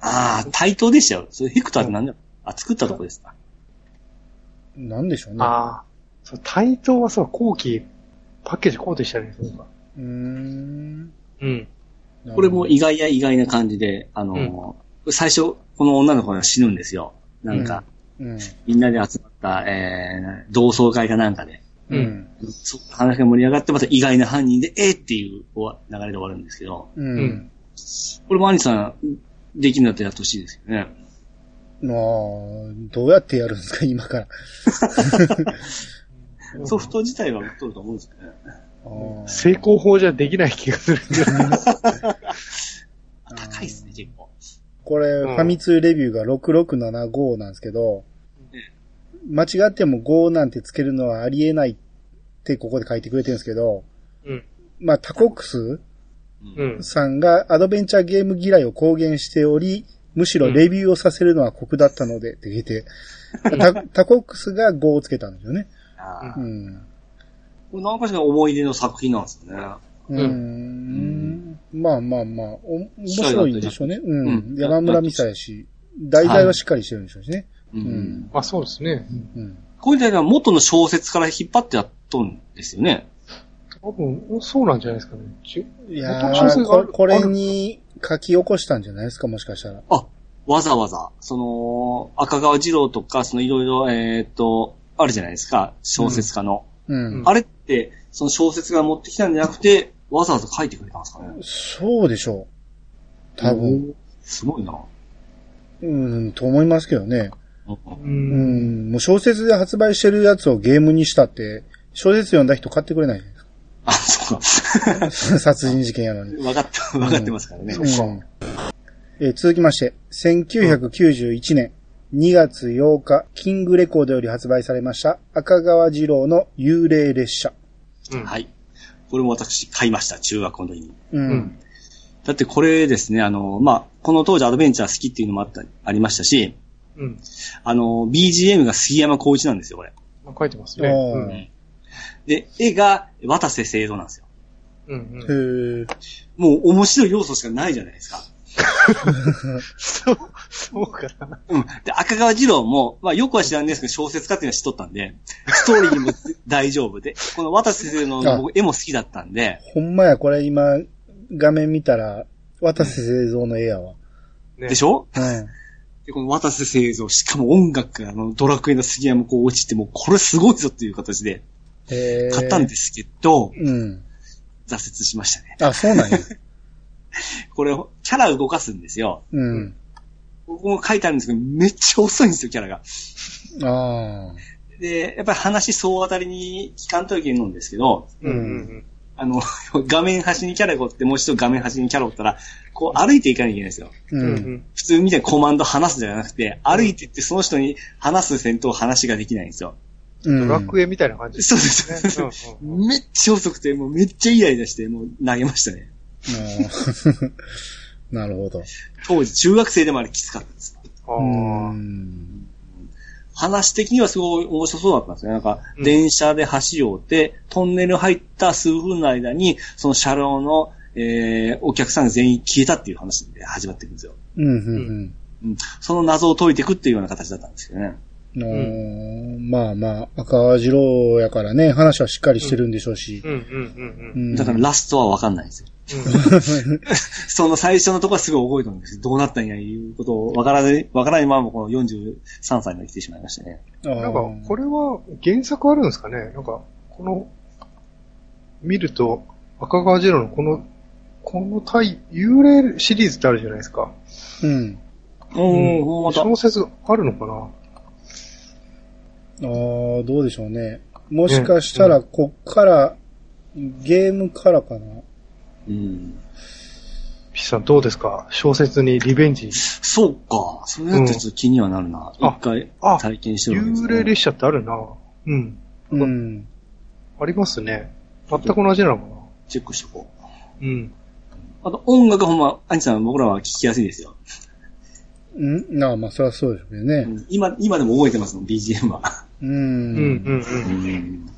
ああ、対等でしたよ。それヘクターって何だあ、作ったとこですか。
なんでしょうね。
ああ。そう、対等はさ、後期、パッケージこうでしたね、そうか。
うーん。
うん。
これも意外や意外な感じで、あのー、最初、この女の子が死ぬんですよ。なんか、
うん。
みんなで集まった、えー、同窓会かなんかで。
う
うんん。
そこ話が盛り上がって、また意外な犯人で、えー、っていう終わ流れで終わるんですけど、
う
うんん。
これも兄さん、できるんだったらやってほしいですよね。
まあ、どうやってやるんですか、今から。
ソフト自体は売っとると思うんですけどね。
あー
成功法じゃできない気がするけど。
高いですね、結構。
これ、
う
フ
ん
ァミ通レビューが6675なんですけど、間違っても5なんてつけるのはありえないってここで書いてくれてるんですけど、
うん。
まあ、タコックス
うん
うん。
さんがアドベンチャーゲーム嫌いを公言しており、むしろレビューをさせるのは酷だったので、って言って、タタコックスが5をつけたんですよね。
あ
う
ー
ん。
これなんかしら思い出の作品なんですね。
う
うん
ー
うん
まあまあまあ、お面白いんでしょうね。う。
うんん
山村美沙やし、題材はしっかりしてるんでしょうしね。
うん。
うん
まあそうですね。
うん。
こういうのは元の小説から引っ張ってやっとんですよね。
多分、そうなんじゃないですかね。ちゅ
いや
特徴
ー
性があ
こ
る、
これに書き起こしたんじゃないですか、もしかしたら。
わざわざ、その、赤川二郎とか、そのいろいろ、えーっと、あるじゃないですか、小説家の。
うん。
あれって、その小説が持ってきたんじゃなくて、わざわざ書いてくれたんですかね。
そうでしょう。多分。
すごいな。
うん、と思いますけどね。
うん
う。
うんん、もう小説で発売してるやつをゲームにしたって、小説読んだ人買ってくれないじゃない
あ、そ うか。
ですか。殺人事件やのに。
分かった、分かってますからね。
うんえー続きまして、1991年2月8日、キングレコードより発売されました赤川二郎の幽霊列車。
うん
はい。これも私買いました、中学校の時に。
う。
うんん。
だってこれですね、あの、まあ、この当時アドベンチャー好きっていうのもあった、ありましたし、
うん。
あの、BGM が杉山浩一なんですよ、これ。
まあ書いてますね。
お
う
ー
ん。
で、絵が渡瀬製造なんですよ。
うん
へ
うん。
ー
もう面白い要素しかないじゃないですか。
そう、そうかな。
うん。で、赤川二郎も、まあよくは知らんですけど、小説家っていうのは知っとったんで、ストーリーも大丈夫で、この渡瀬製造の僕絵も好きだったんで、
ほんまや、これ今、画面見たら、渡瀬製造の絵やわ。
ね
でしょ
うん。
で、この渡瀬製造、しかも音楽があの、ドラクエの杉山こう落ちて、もうこれすごいぞっていう形で
へー
買ったんですけど、
うん。
挫折しましたね。
あ、そうなんや。
これ、キャラ動かすんですよ。
うん。
僕も書いてあるんですけど、めっちゃ遅いんですよ、キャラが。
ああ。
で、やっぱり話総当たりに聞かんといけんのんですけど、
うんうん
あの、 画面端にキャラがおって、もう一度画面端にキャラおったら、こう歩いていかなきゃいけないんですよ。
う。
うん。うんん
普通みたいにコマンド話すじゃなくて、歩いてってその人に話す戦闘話ができないんですよ。
う
ド
ん。
ラクエみたいな感じ
そう
ね
です。
うんうんうん
めっちゃ遅くて、もうめっちゃイライラして、もう投げましたね。
うん なるほど。
当時中学生でもあれきつかったです。
う
あー
ん。
話的にはすごい面白そうだったんですね。なんか、
うん
電車で橋を追って、トンネル入った数分の間に、その車両の、えー、お客さんが全員消えたっていう話で始まっていくんですよ。
うん、うん、
うん。その謎を解いていくっていうような形だったんですけどね。
うん。のーまあまあ、赤川次郎やからね、話はしっかりしてるんでしょうし
う。んうんうん
う
うん。
ん
だからラストはわかんないんですよ。その最初のところはすごい覚えてるんですけど、どうなったんやいうことをわからない、わからないままこの43歳まで来てしまいましたね。
なんか、これは原作あるんですかねなんか、この、見ると、赤川次郎のこの、この対幽霊シリーズってあるじゃないですか。
うん。
おー、
うん
また。
小説あるのかな
ああ、どうでしょうね。もしかしたら、こっから、ゲームからかな。
うん。
ピッチさんどうですか小説にリベンジ。
そうか。それだってちょっと気にはなるな。
うん
一回
あ、
体験してるんです
幽
けど
霊列車ってあるな。うん。
うん。
ありますね。全く同じなのかな
チェックしとこう。
うん。
あと音楽はほんま、アニさん僕らは聞きやすいですよ。
うんなあ、まあ、そりゃそうですけどね。
今、今でも覚えてますもん、BGM は。
う。
うんうんん
う
うん。
ん。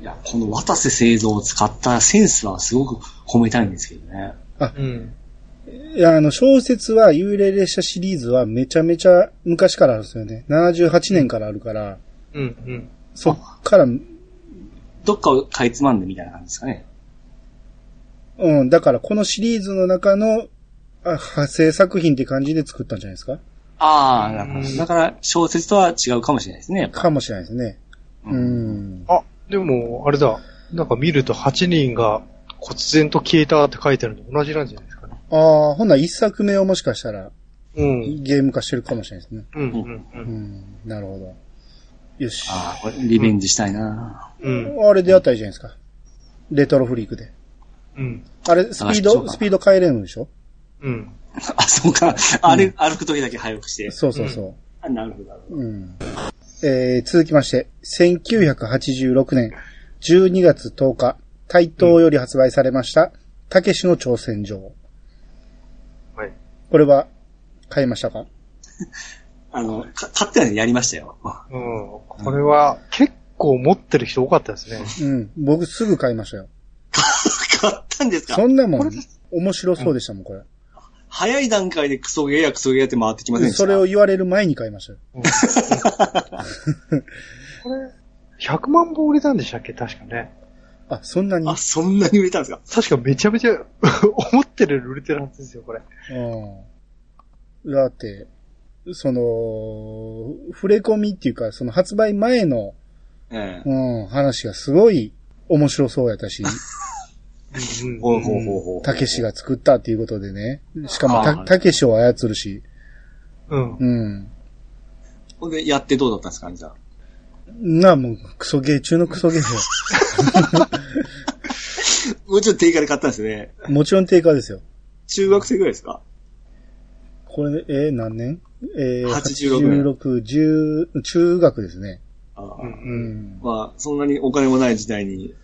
いや、この渡瀬製造を使ったセンスはすごく褒めたいんですけどね。
うん。
いや、あの、小説は、幽霊列車シリーズはめちゃめちゃ昔からあるんですよね。78年からあるから、
うんうん。
そっから、
どっかをかいつまんでみたいな感じですかね。
うん、だからこのシリーズの中の、あ派生作品って感じで作ったんじゃないですか
ああ、なるほ
う
ど。
ん
だから、小説とは違うかもしれないですね、やっぱ。
かもしれないですね。う
うん
ん。
あ、でも、あれだ。なんか見ると8人が忽然と消えたって書いてあるのと同じなんじゃないですかね。
ああ、ほんなら一作目をもしかしたら
うん。
ゲーム化してるかもしれないですね。
うんうんう。
うんん。なるほど。よし。あ
ああ、これ、リベンジしたいな、
うん。
れ出会ったらいいじゃないですか。レトロフリークで。
うん。
あれ、スピー
あそう
ド、
か
スピード変えれるんでしょ
うん。
あ、そうか。あれ、歩く時だけ早くして。
そうそうそう。
あ、なるほど、なるほど。
うん。えー、続きまして、1986年12月10日、台東より発売されました、たけしの挑戦状。
はい。
これは、買いましたか
あの、か買ってないのやりましたよ。
うん。これは結構持ってる人多かったですね。
うん。僕すぐ買いましたよ。
買ったんですか
そんなも
こ
ん
れ、
面白そうでしたもん、これ。
早い段階でクソゲーやクソゲーやって回ってきませんでした。
それを言われる前に買いましたよ。
うんこれ、100万本売れたんでしたっけ確かね。
あ、そんなに。
あ、そんなに売れたんですか
確かめちゃ めちゃ思ってるより売れてるはずですよ、これ。
うん。だって、その、触れ込みっていうか、その発売前の、
ええ。
うん、話がすごい面白そうやったし、
うん
ほう
うん
ほうほうほう。
たけしが作ったっていうことでね。しかも
あ
た、
ー
たけしを操るし、
うん。
うん。
ほんで、やってどうだったんですか、兄さん。
なあ、もう、クソゲー中のクソ ゲーよ。
もうちょっと定価で買ったんですね。
もちろん定価ですよ。
中学生ぐらいですか
これ、えー何年えー、
86
86、10、中学ですね。
ああ
う
うんん。
まあ、そんなにお金もない時代に、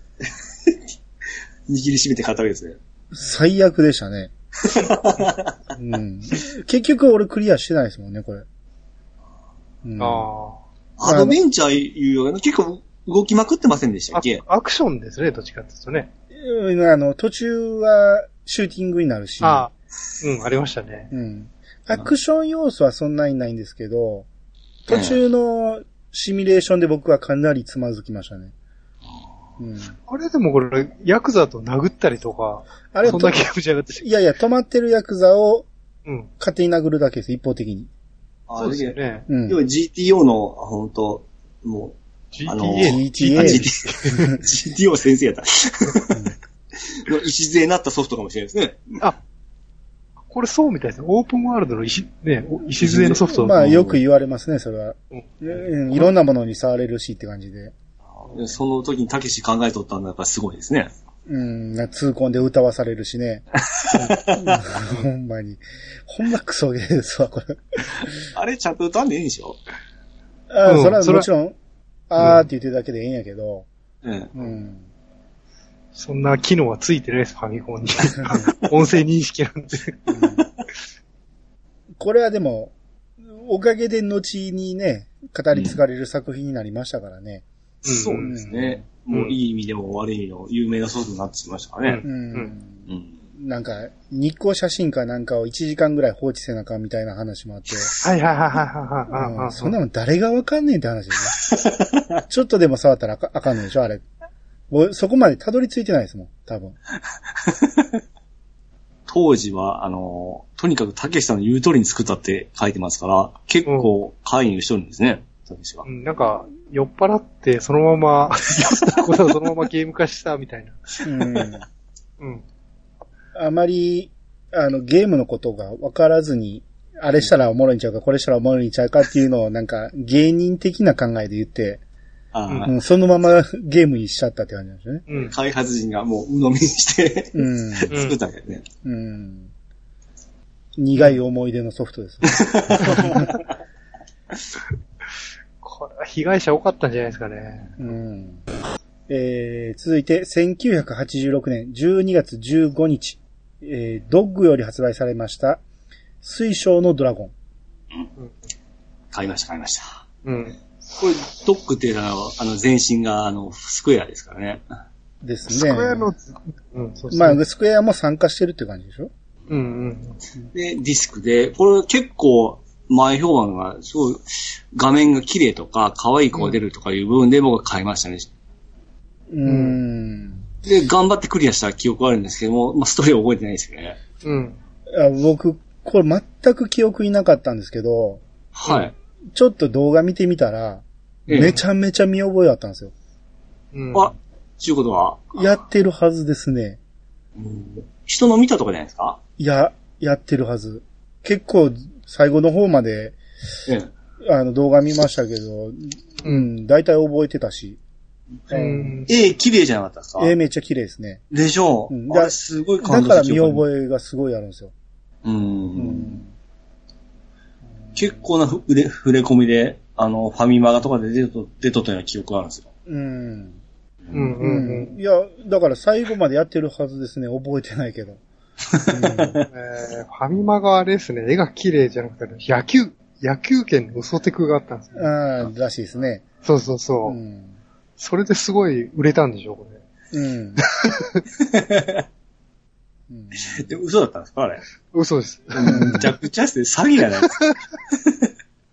握りしめて買ったわけですね。
最悪でしたね。うん、結局俺クリアしてないですもんね、これ。うん、
あ
アドベンチャーいうような、結構動きまくってませんでした
あ
っけ
ア。アクションですね、どっちかっていうとね。
うんあの、途中はシューティングになるし、
ああ。うん、ありましたね。
うん、アクション要素はそんなにないんですけど、途中のシミュレーションで僕はかなりつまずきましたね。うん、
あれでもこれ、ヤクザと殴ったりとか、
あれ
そん
と
ないゲームじゃなかったし。
やいや、止まってるヤクザを
うん。
勝手に殴るだけです、一方的に。
あ
そうですよね。
う
要は
ん、
GTO の、本当もあの
GTA。
う、あ
GTA。
GT GTO 先生やった。の礎になったソフトかもしれないですね。
これそうみたいですね。オープンワールドの石、ね、お礎のソフト
まあよく言われますね、それは。
うん
うん、いろんなものに触れるしって感じで。
その時にたけし考えとったのはやっぱすごいですね。
うん、な痛恨で歌わされるしね。ほんまに。ほんまクソゲーですわ、これ。
あれちゃんと歌んでいいんでしょ
ああ、
うん
それは
それは
もちろん、あーって言ってるだけでええんやけど、
う ん。
うん。
そんな機能はついてないです、ファミコンに。音声認識なんて。
これはでも、おかげで後にね、語り継がれる作品になりましたからね。
そうですね。もういい意味でも悪い意味でも有名なソフトになってきましたからね
う。ん。
うん。
なんか、日光写真かなんかを1時間ぐらい放置せなあかんみたいな話もあって。
はいはいはいはいはいはいはい
うん
はい。
そんなもん誰がわかんねえって話ですね。 ちょっとでも触ったらあかあかんのでしょ、あれ。もうそこまでたどり着いてないですもん、多分。
当時は、あの、とにかくたけしさんの言う通りに作ったって書いてますから、結構関与してるんですね、たけしが
う。ん、なんか、酔っ払って、そのまま、 酔ったことをそのままゲーム化したみたいな。
うん。
うん。
あまり、あの、ゲームのことがわからずに、あれしたらおもろいんちゃうか、これしたらおもろいんちゃうかっていうのをなんか芸人的な考えで言って、
あー
うん、そのままゲームにしちゃったって感じなんですよね。
うん。
開発人がもう鵜呑みにして、
うん。
作ったわけですね。
うん。苦い思い出のソフトですね。
これは被害者多かったんじゃないですかね。
うんえー、続いて、1986年12月15日、えー、ドッグより発売されました、水晶のドラゴン。
買いました、買いました。
うん。
これ、ドックっていうのは、あの、前身が、あの、スクエアですからね。
ですね。
スクエアの、うん、そうです
ま
ね。
あ、スクエアも参加してるって感じでしょ
うんうん。
で、ディスクで、これ結構、前評判が、すごい、画面が綺麗とか、可愛い子が出るとかいう部分で僕は買いましたね。
うーん。
で、頑張ってクリアした記憶はあるんですけども、まあ、ストーリーは覚えてないですけどね。
うん。
あ僕、これ全く記憶になかったんですけど、
はい。
ちょっと動画見てみたら、
ええ
めちゃめちゃ見覚えあったんですよ。
うん。
あ、ちゅうことは、
やってるはずですね。
人の見たとかじゃないですか
いや、やってるはず。結構、最後の方まで、
ええ。
あの、動画見ましたけど、うん、大体覚えてたし。
う
うん
ん。
絵綺麗じゃなかったですか
絵めっちゃ綺麗ですね。
でしょう、
うん
あれすごい
だ
感
か
動
ら
的
見
記憶ある
覚えがすごいあるんですよ。
う。
うんん。
結構なふれ触れ込みで、あの、ファミマガとかで出と出とったような記憶があるんですよ。
うん。
うんうんうん。
いや、だから最後までやってるはずですね。覚えてないけど。うん
えーファミマがあれですね、絵が綺麗じゃなくて、野球、野球圏の嘘テクがあったんですよ。
ああ、らしいですね。
そうそうそ
う
う。
ん。
それですごい売れたんでしょ、これ。
うん。うん
で嘘だったんですかあれ。
嘘です。
めちゃくちゃして詐欺じゃないで すか。
だか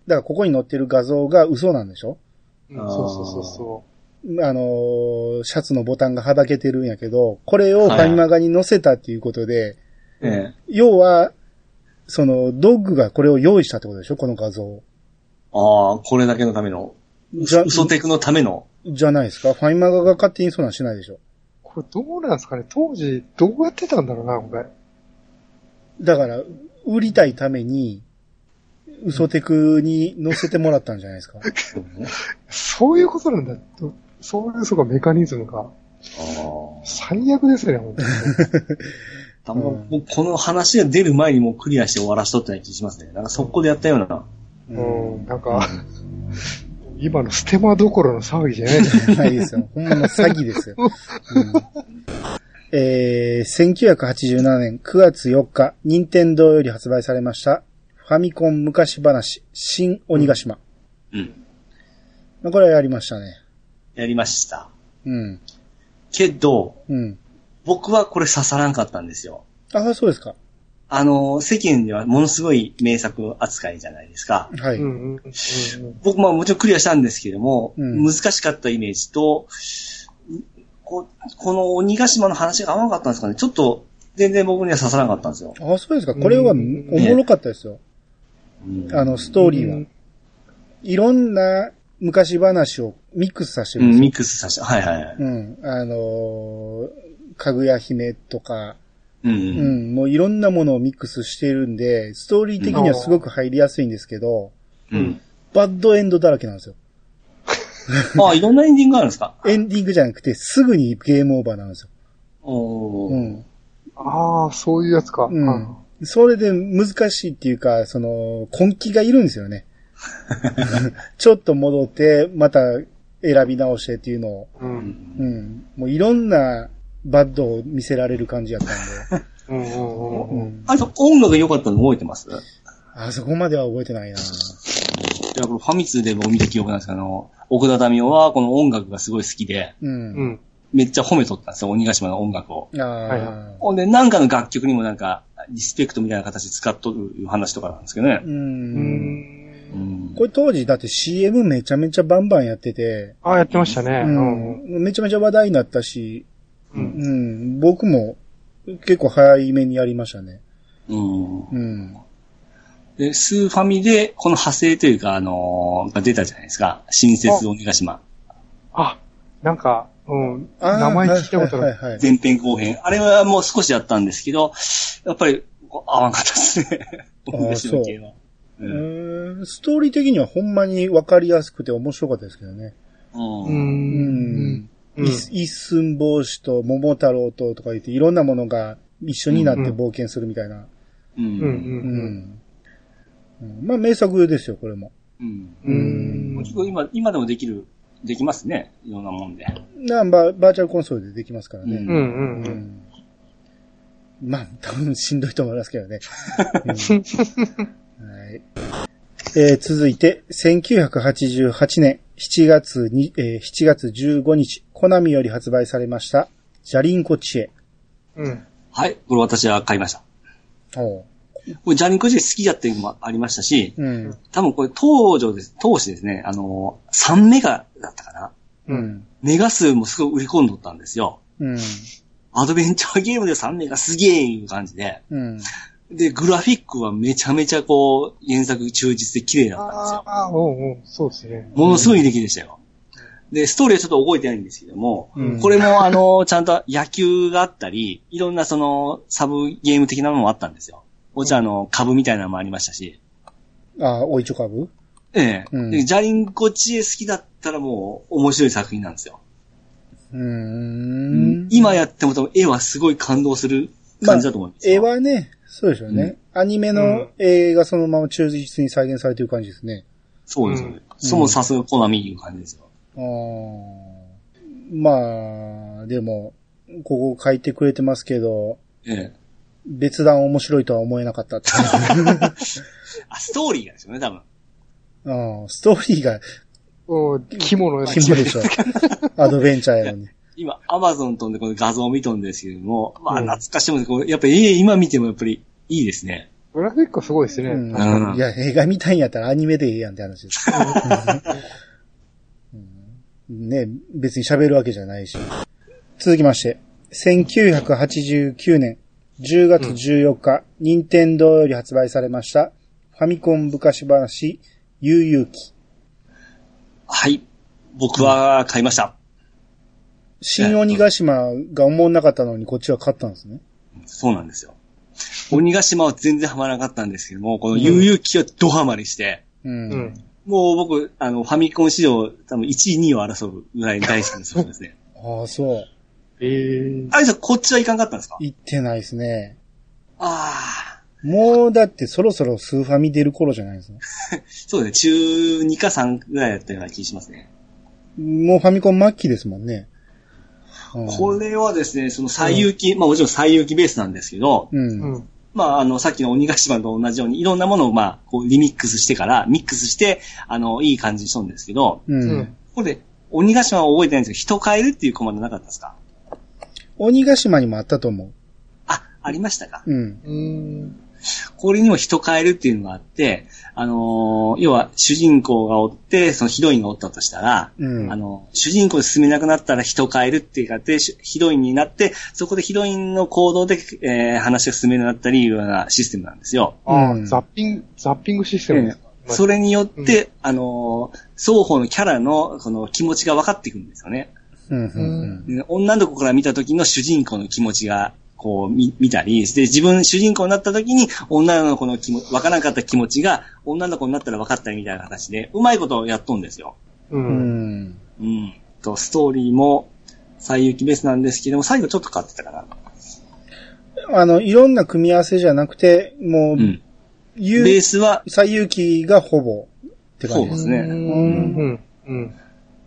らここに載ってる画像が嘘なんでしょ
うんそうそうそうそ
あのーシャツのボタンがはだけてるんやけど、これをファミマガに載せたっていうことで、
ええ。
要は、その、ドッグがこれを用意したってことでしょこの画像を。
ああ、これだけのための。
じゃ、
嘘テクのための。
じゃないですかファミマガが勝手にそんなんしないでしょ
う。これどうなんですかね当時、どうやってたんだろうな、これ。
だから、売りたいために、嘘テクに載せてもらったんじゃないです か。
そういうことなんだ。どそういう、そうか、メカニズムが。
あ
最悪ですね、本当に。
あ。もうこの話が出る前にもうクリアして終わらしとったような気がしますね。なんか速攻でやったような。
うん、なんか、今のステマどころの騒ぎじゃないですね。
ないですよ。ほんまの詐欺ですよ。うんえー、1987年9月4日、任天堂より発売されました、ファミコン昔話、新鬼ヶ島。
うん。
まあこれはやりましたね。
やりました。
うん。
けど、
うん。
僕はこれ刺さらんかったんですよ。
あ、そうですか。
あの、世間ではものすごい名作扱いじゃないですか。
は
う
い。
んうんうんうん
僕まあもちろんクリアしたんですけども、
うん
難しかったイメージと、ここの鬼ヶ島の話が合わなかったんですかね。ちょっと全然僕には刺さらなかったんですよ。
あ、そうですか。これはお
うん
もろかったですよ。
うん
あの、ストーリー
う
は
ん。
いろんな昔話をミックスさせて
う
るんです
ん、
よ
ミックスさせた。はいはいはい。
うん。あのーかぐや姫とか、
う。
うんん、もういろんなものをミックスしてるんで、ストーリー的にはすごく入りやすいんですけど、
うん。
バッドエンドだらけなんですよ。
あ、いろんなエンディングがあるんですか
エンディングじゃなくて、すぐにゲームオーバーなんですよ。
おー。
うん。
ああ、そういうやつか。
うん
あ
それで難しいっていうか、その、根気がいるんですよ ね。ちょっと戻って、また選び直してっていうのを、
うん
うん。もういろんなバッドを見せられる感じやった んで、
うんうんうん
う
うん
ん。
あと、音楽良かったの覚えてますい
あそこまでは覚えてないな
や、これファミ通でも見た記憶なんですけど、あの、奥田民生はこの音楽がすごい好きで、
う。
うんん。
めっちゃ褒めとったんですよ、鬼ヶ島の音楽を。
ああ
はい
ー。
ほんで、なんかの楽曲にもなんか、リスペクトみたいな形で使っとる話とかなんですけどね
う。。
うん。
うんん。
これ当時だって CM めちゃめちゃバンバンやってて、
ああ、やってましたね。
う
うん。
ん、めちゃめちゃ話題になったし、
う
うんん、僕も結構早めにやりましたね。
うん。
うん。
で、スーファミで、この派生というか、あのーが出たじゃないですか。新設鬼ヶ島。
あ、なんか、うん。
あー
名前聞いたこと
は
ないい。
はいはいはい。
前編後編。あれはもう少しやったんですけど、やっぱりこう合わんかったですね。
あー
面白い系は。う
うんーんストーリー的にはほんまにわかりやすくて面白かったですけどね。
う
うん
うんん。。
うん
い一寸法師と桃太郎ととか言っていろんなものが一緒になって冒険するみたいな。
う。
うんうん
うん
ん。
うんまあ名作ですよ、これも。
うん。
うん
もう結構今、今でもできる、できますね。いろんなもんで。
なんババーチャルコンソールでできますからね。
うん
うんうん
う
うん。
んまあ、多分しんどいと思いますけどね。うんはいえー続いて、1988年7月に、えー7月15日、コナミより発売されました、ジャリンコ知恵。
うん。
はい。これ私は買いました。
おう
これジャニンコジェ好きだっていうのもありましたし、
うん。
多分これ当時です、当時ですね、あのー、3メガだったかな。
う
うんん。
メガ数もすごい売り込んどったんですよ。
うん。
アドベンチャーゲームで3メガすげえいう感じで。
うん。
で、グラフィックはめちゃめちゃこう、原作忠実で綺麗だったんです
あ
よ。
あ、うんうん。そうですね。
ものすごい出来でしたよ。で、ストーリーはちょっと覚えてないんですけども、
うん
これもあの、ちゃんと野球があったり、いろんなその、サブゲーム的なのもあったんですよ。もちろんあの、株みたいなのもありましたし。
あ、おいちょかぶ
ええ。
うん
でジャリンコ知恵好きだったらもう、面白い作品なんですよ。
うーん。
今やっても多分絵はすごい感動する感じだと思います
絵
よ。
はね、そうでしょうね。アニメの絵がそのまま忠実に再現されてる感じですね。
そうですよ
う
ね
ん。
そもさすがコナミいう感じですよ。
あーまあ、でも、ここ書いてくれてますけど、
ええ。
別段面白いとは思えなかったって。
あ、ストーリーがですよね、多分。
うん、ストーリーが
おー肝のや
キ
つ。
モでしょ。アドベンチャーやのに。
今、アマゾン飛んでこの画像を見とんですけども、まあ、
うん
懐かしいもんで、こうやっぱり、ええ今見てもやっぱりいいですね。
グラフィックすごいですね。
うん
うん
いや、映画見たいんやったらアニメでええやんって話です。うんね、別に喋るわけじゃないし。続きまして、1989年10月14日、任天堂より発売されました、ファミコン昔話、悠々記。
はい。僕は買いました。
新鬼ヶ島が思わなかったのにこっちは勝ったんですね。
そうなんですよ。鬼ヶ島は全然ハマらなかったんですけども、この悠々気はドハマりして、
うん。
うん。
もう僕、あの、ファミコン史上多分1位、2位を争うぐらい大好きなそうです ね。
ああ、そう。
えー、
あれさん、こっちはいかんかったんですか
行ってないですね。
ああ、
もうだってそろそろスーファミ出る頃じゃないですか。
そうですね。中2か3ぐらいだったような気しますね。
もうファミコン末期ですもんね。うん
これはですね、その最有機、まあもちろん最有機ベースなんですけど、
う。
うんん。
まああの、さっきの鬼ヶ島と同じようにいろんなものをまあ、こうリミックスしてから、ミックスして、あの、いい感じにしたんですけど、
う
うんん。
ここで鬼ヶ島は覚えてないんですけど、人変えるっていうコマンドなかったですか
鬼ヶ島にもあったと思
あ、ありましたか
う。うん。
うん。
これにも人変えるっていうのがあって、あのー要は主人公がおって、そのヒロインがおったとしたら、
うん
あ。の、主人公で進めなくなったら人変えるっていうかで、しヒロインになって、そこでヒロインの行動で、えー話が進めるようになったりいうようなシステムなんですよ。
ああ、
うん
ザッピング、ザッピングシステムですか。まあ
それによって、あのー、双方のキャラの、その気持ちが分かっていくんですよね。
うんうん。
で女の子から見た時の主人公の気持ちが、こう、見、見たり、で、自分、主人公になった時に、女の子の気持ち、分からなかった気持ちが、女の子になったら分かったりみたいな形で、うまいことをやっとんですよ。
う。
うんん。
うん。と、ストーリーも、最有機ベースなんですけども、最後ちょっと変わってたかな。
あの、いろんな組み合わせじゃなくて、もう、
うん。ベ
ゆ
ースは、
最有機がほぼって感じ
そう
で。
ですすね
うん。うん。うん。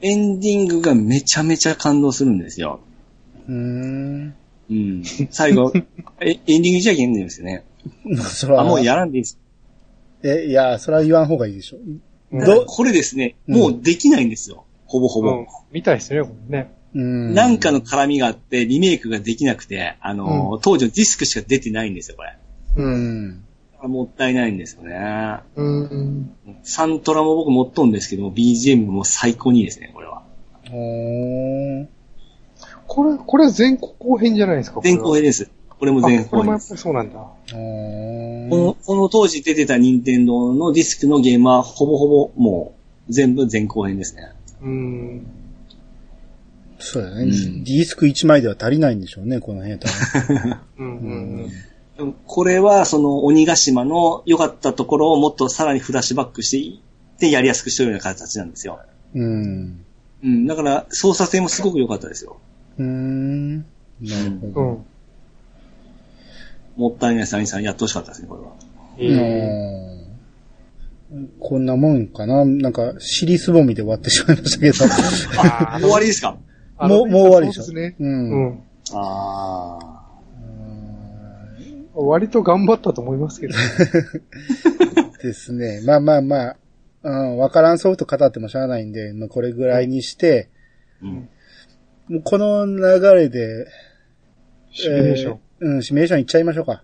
エンディングがめちゃめちゃ感動するんですよ。
うーん。
うん。最後、え、エンディングじゃいんですよね。
それ
あ、
は、
もうやらんでいいです。
え、いや、それは言わん方がいいでしょ。
うん
ど
これですね、
うん
もうできないんですよ。ほぼほ
うん
ぼ。。
見たいですね、これね。
うん。
なんかの絡みがあって、リメイクができなくて、あのー
う
当時のディスクしか出てないんですよ、これ。
う
うん。
ん。
もったいないんですよね。
うん。
サントラも僕持っとんですけども、BGM も最高にいいですね、これは。
おー。
これ、これは前後編じゃないですか、これ
前
は
後編です。これも前
あ、こ
後
れも
編
や
で
っ
す
ぱ。りそうなんだ。
お
この、
ー。
この当時出てた任天堂のディスクのゲームは、ほぼほぼもう、全部前後編ですね。
うん。
そうだね。
うん
ディスク1枚では足りないんでしょうね、この辺やったら。
うん。うん。
でもこれは、その、鬼ヶ島の良かったところをもっとさらにフラッシュバックしていって、やりやすくしてるような形なんですよ。
うん。
うん、だから、操作性もすごく良かったですよ。
うーん。なるほ
う
ど。
ん。
もったいないです、アニさん。やってほしかったですね、これは。
えー
うんこんなもんかななんか、尻すぼみで終わってしまいましたけど。
あ
終わりですか
ー
もう、もう終わりでしょ。
そうですね。
う。
うんん。
ああ。
割と頑張ったと思いますけどね。
ですね。まあまあまあ、うん、わからんソフト語ってもしゃあないんで、まあこれぐらいにして、
うん。
もうこの流れで、
シミュレーション。
えーうん、シミュレーションいっちゃいましょうか。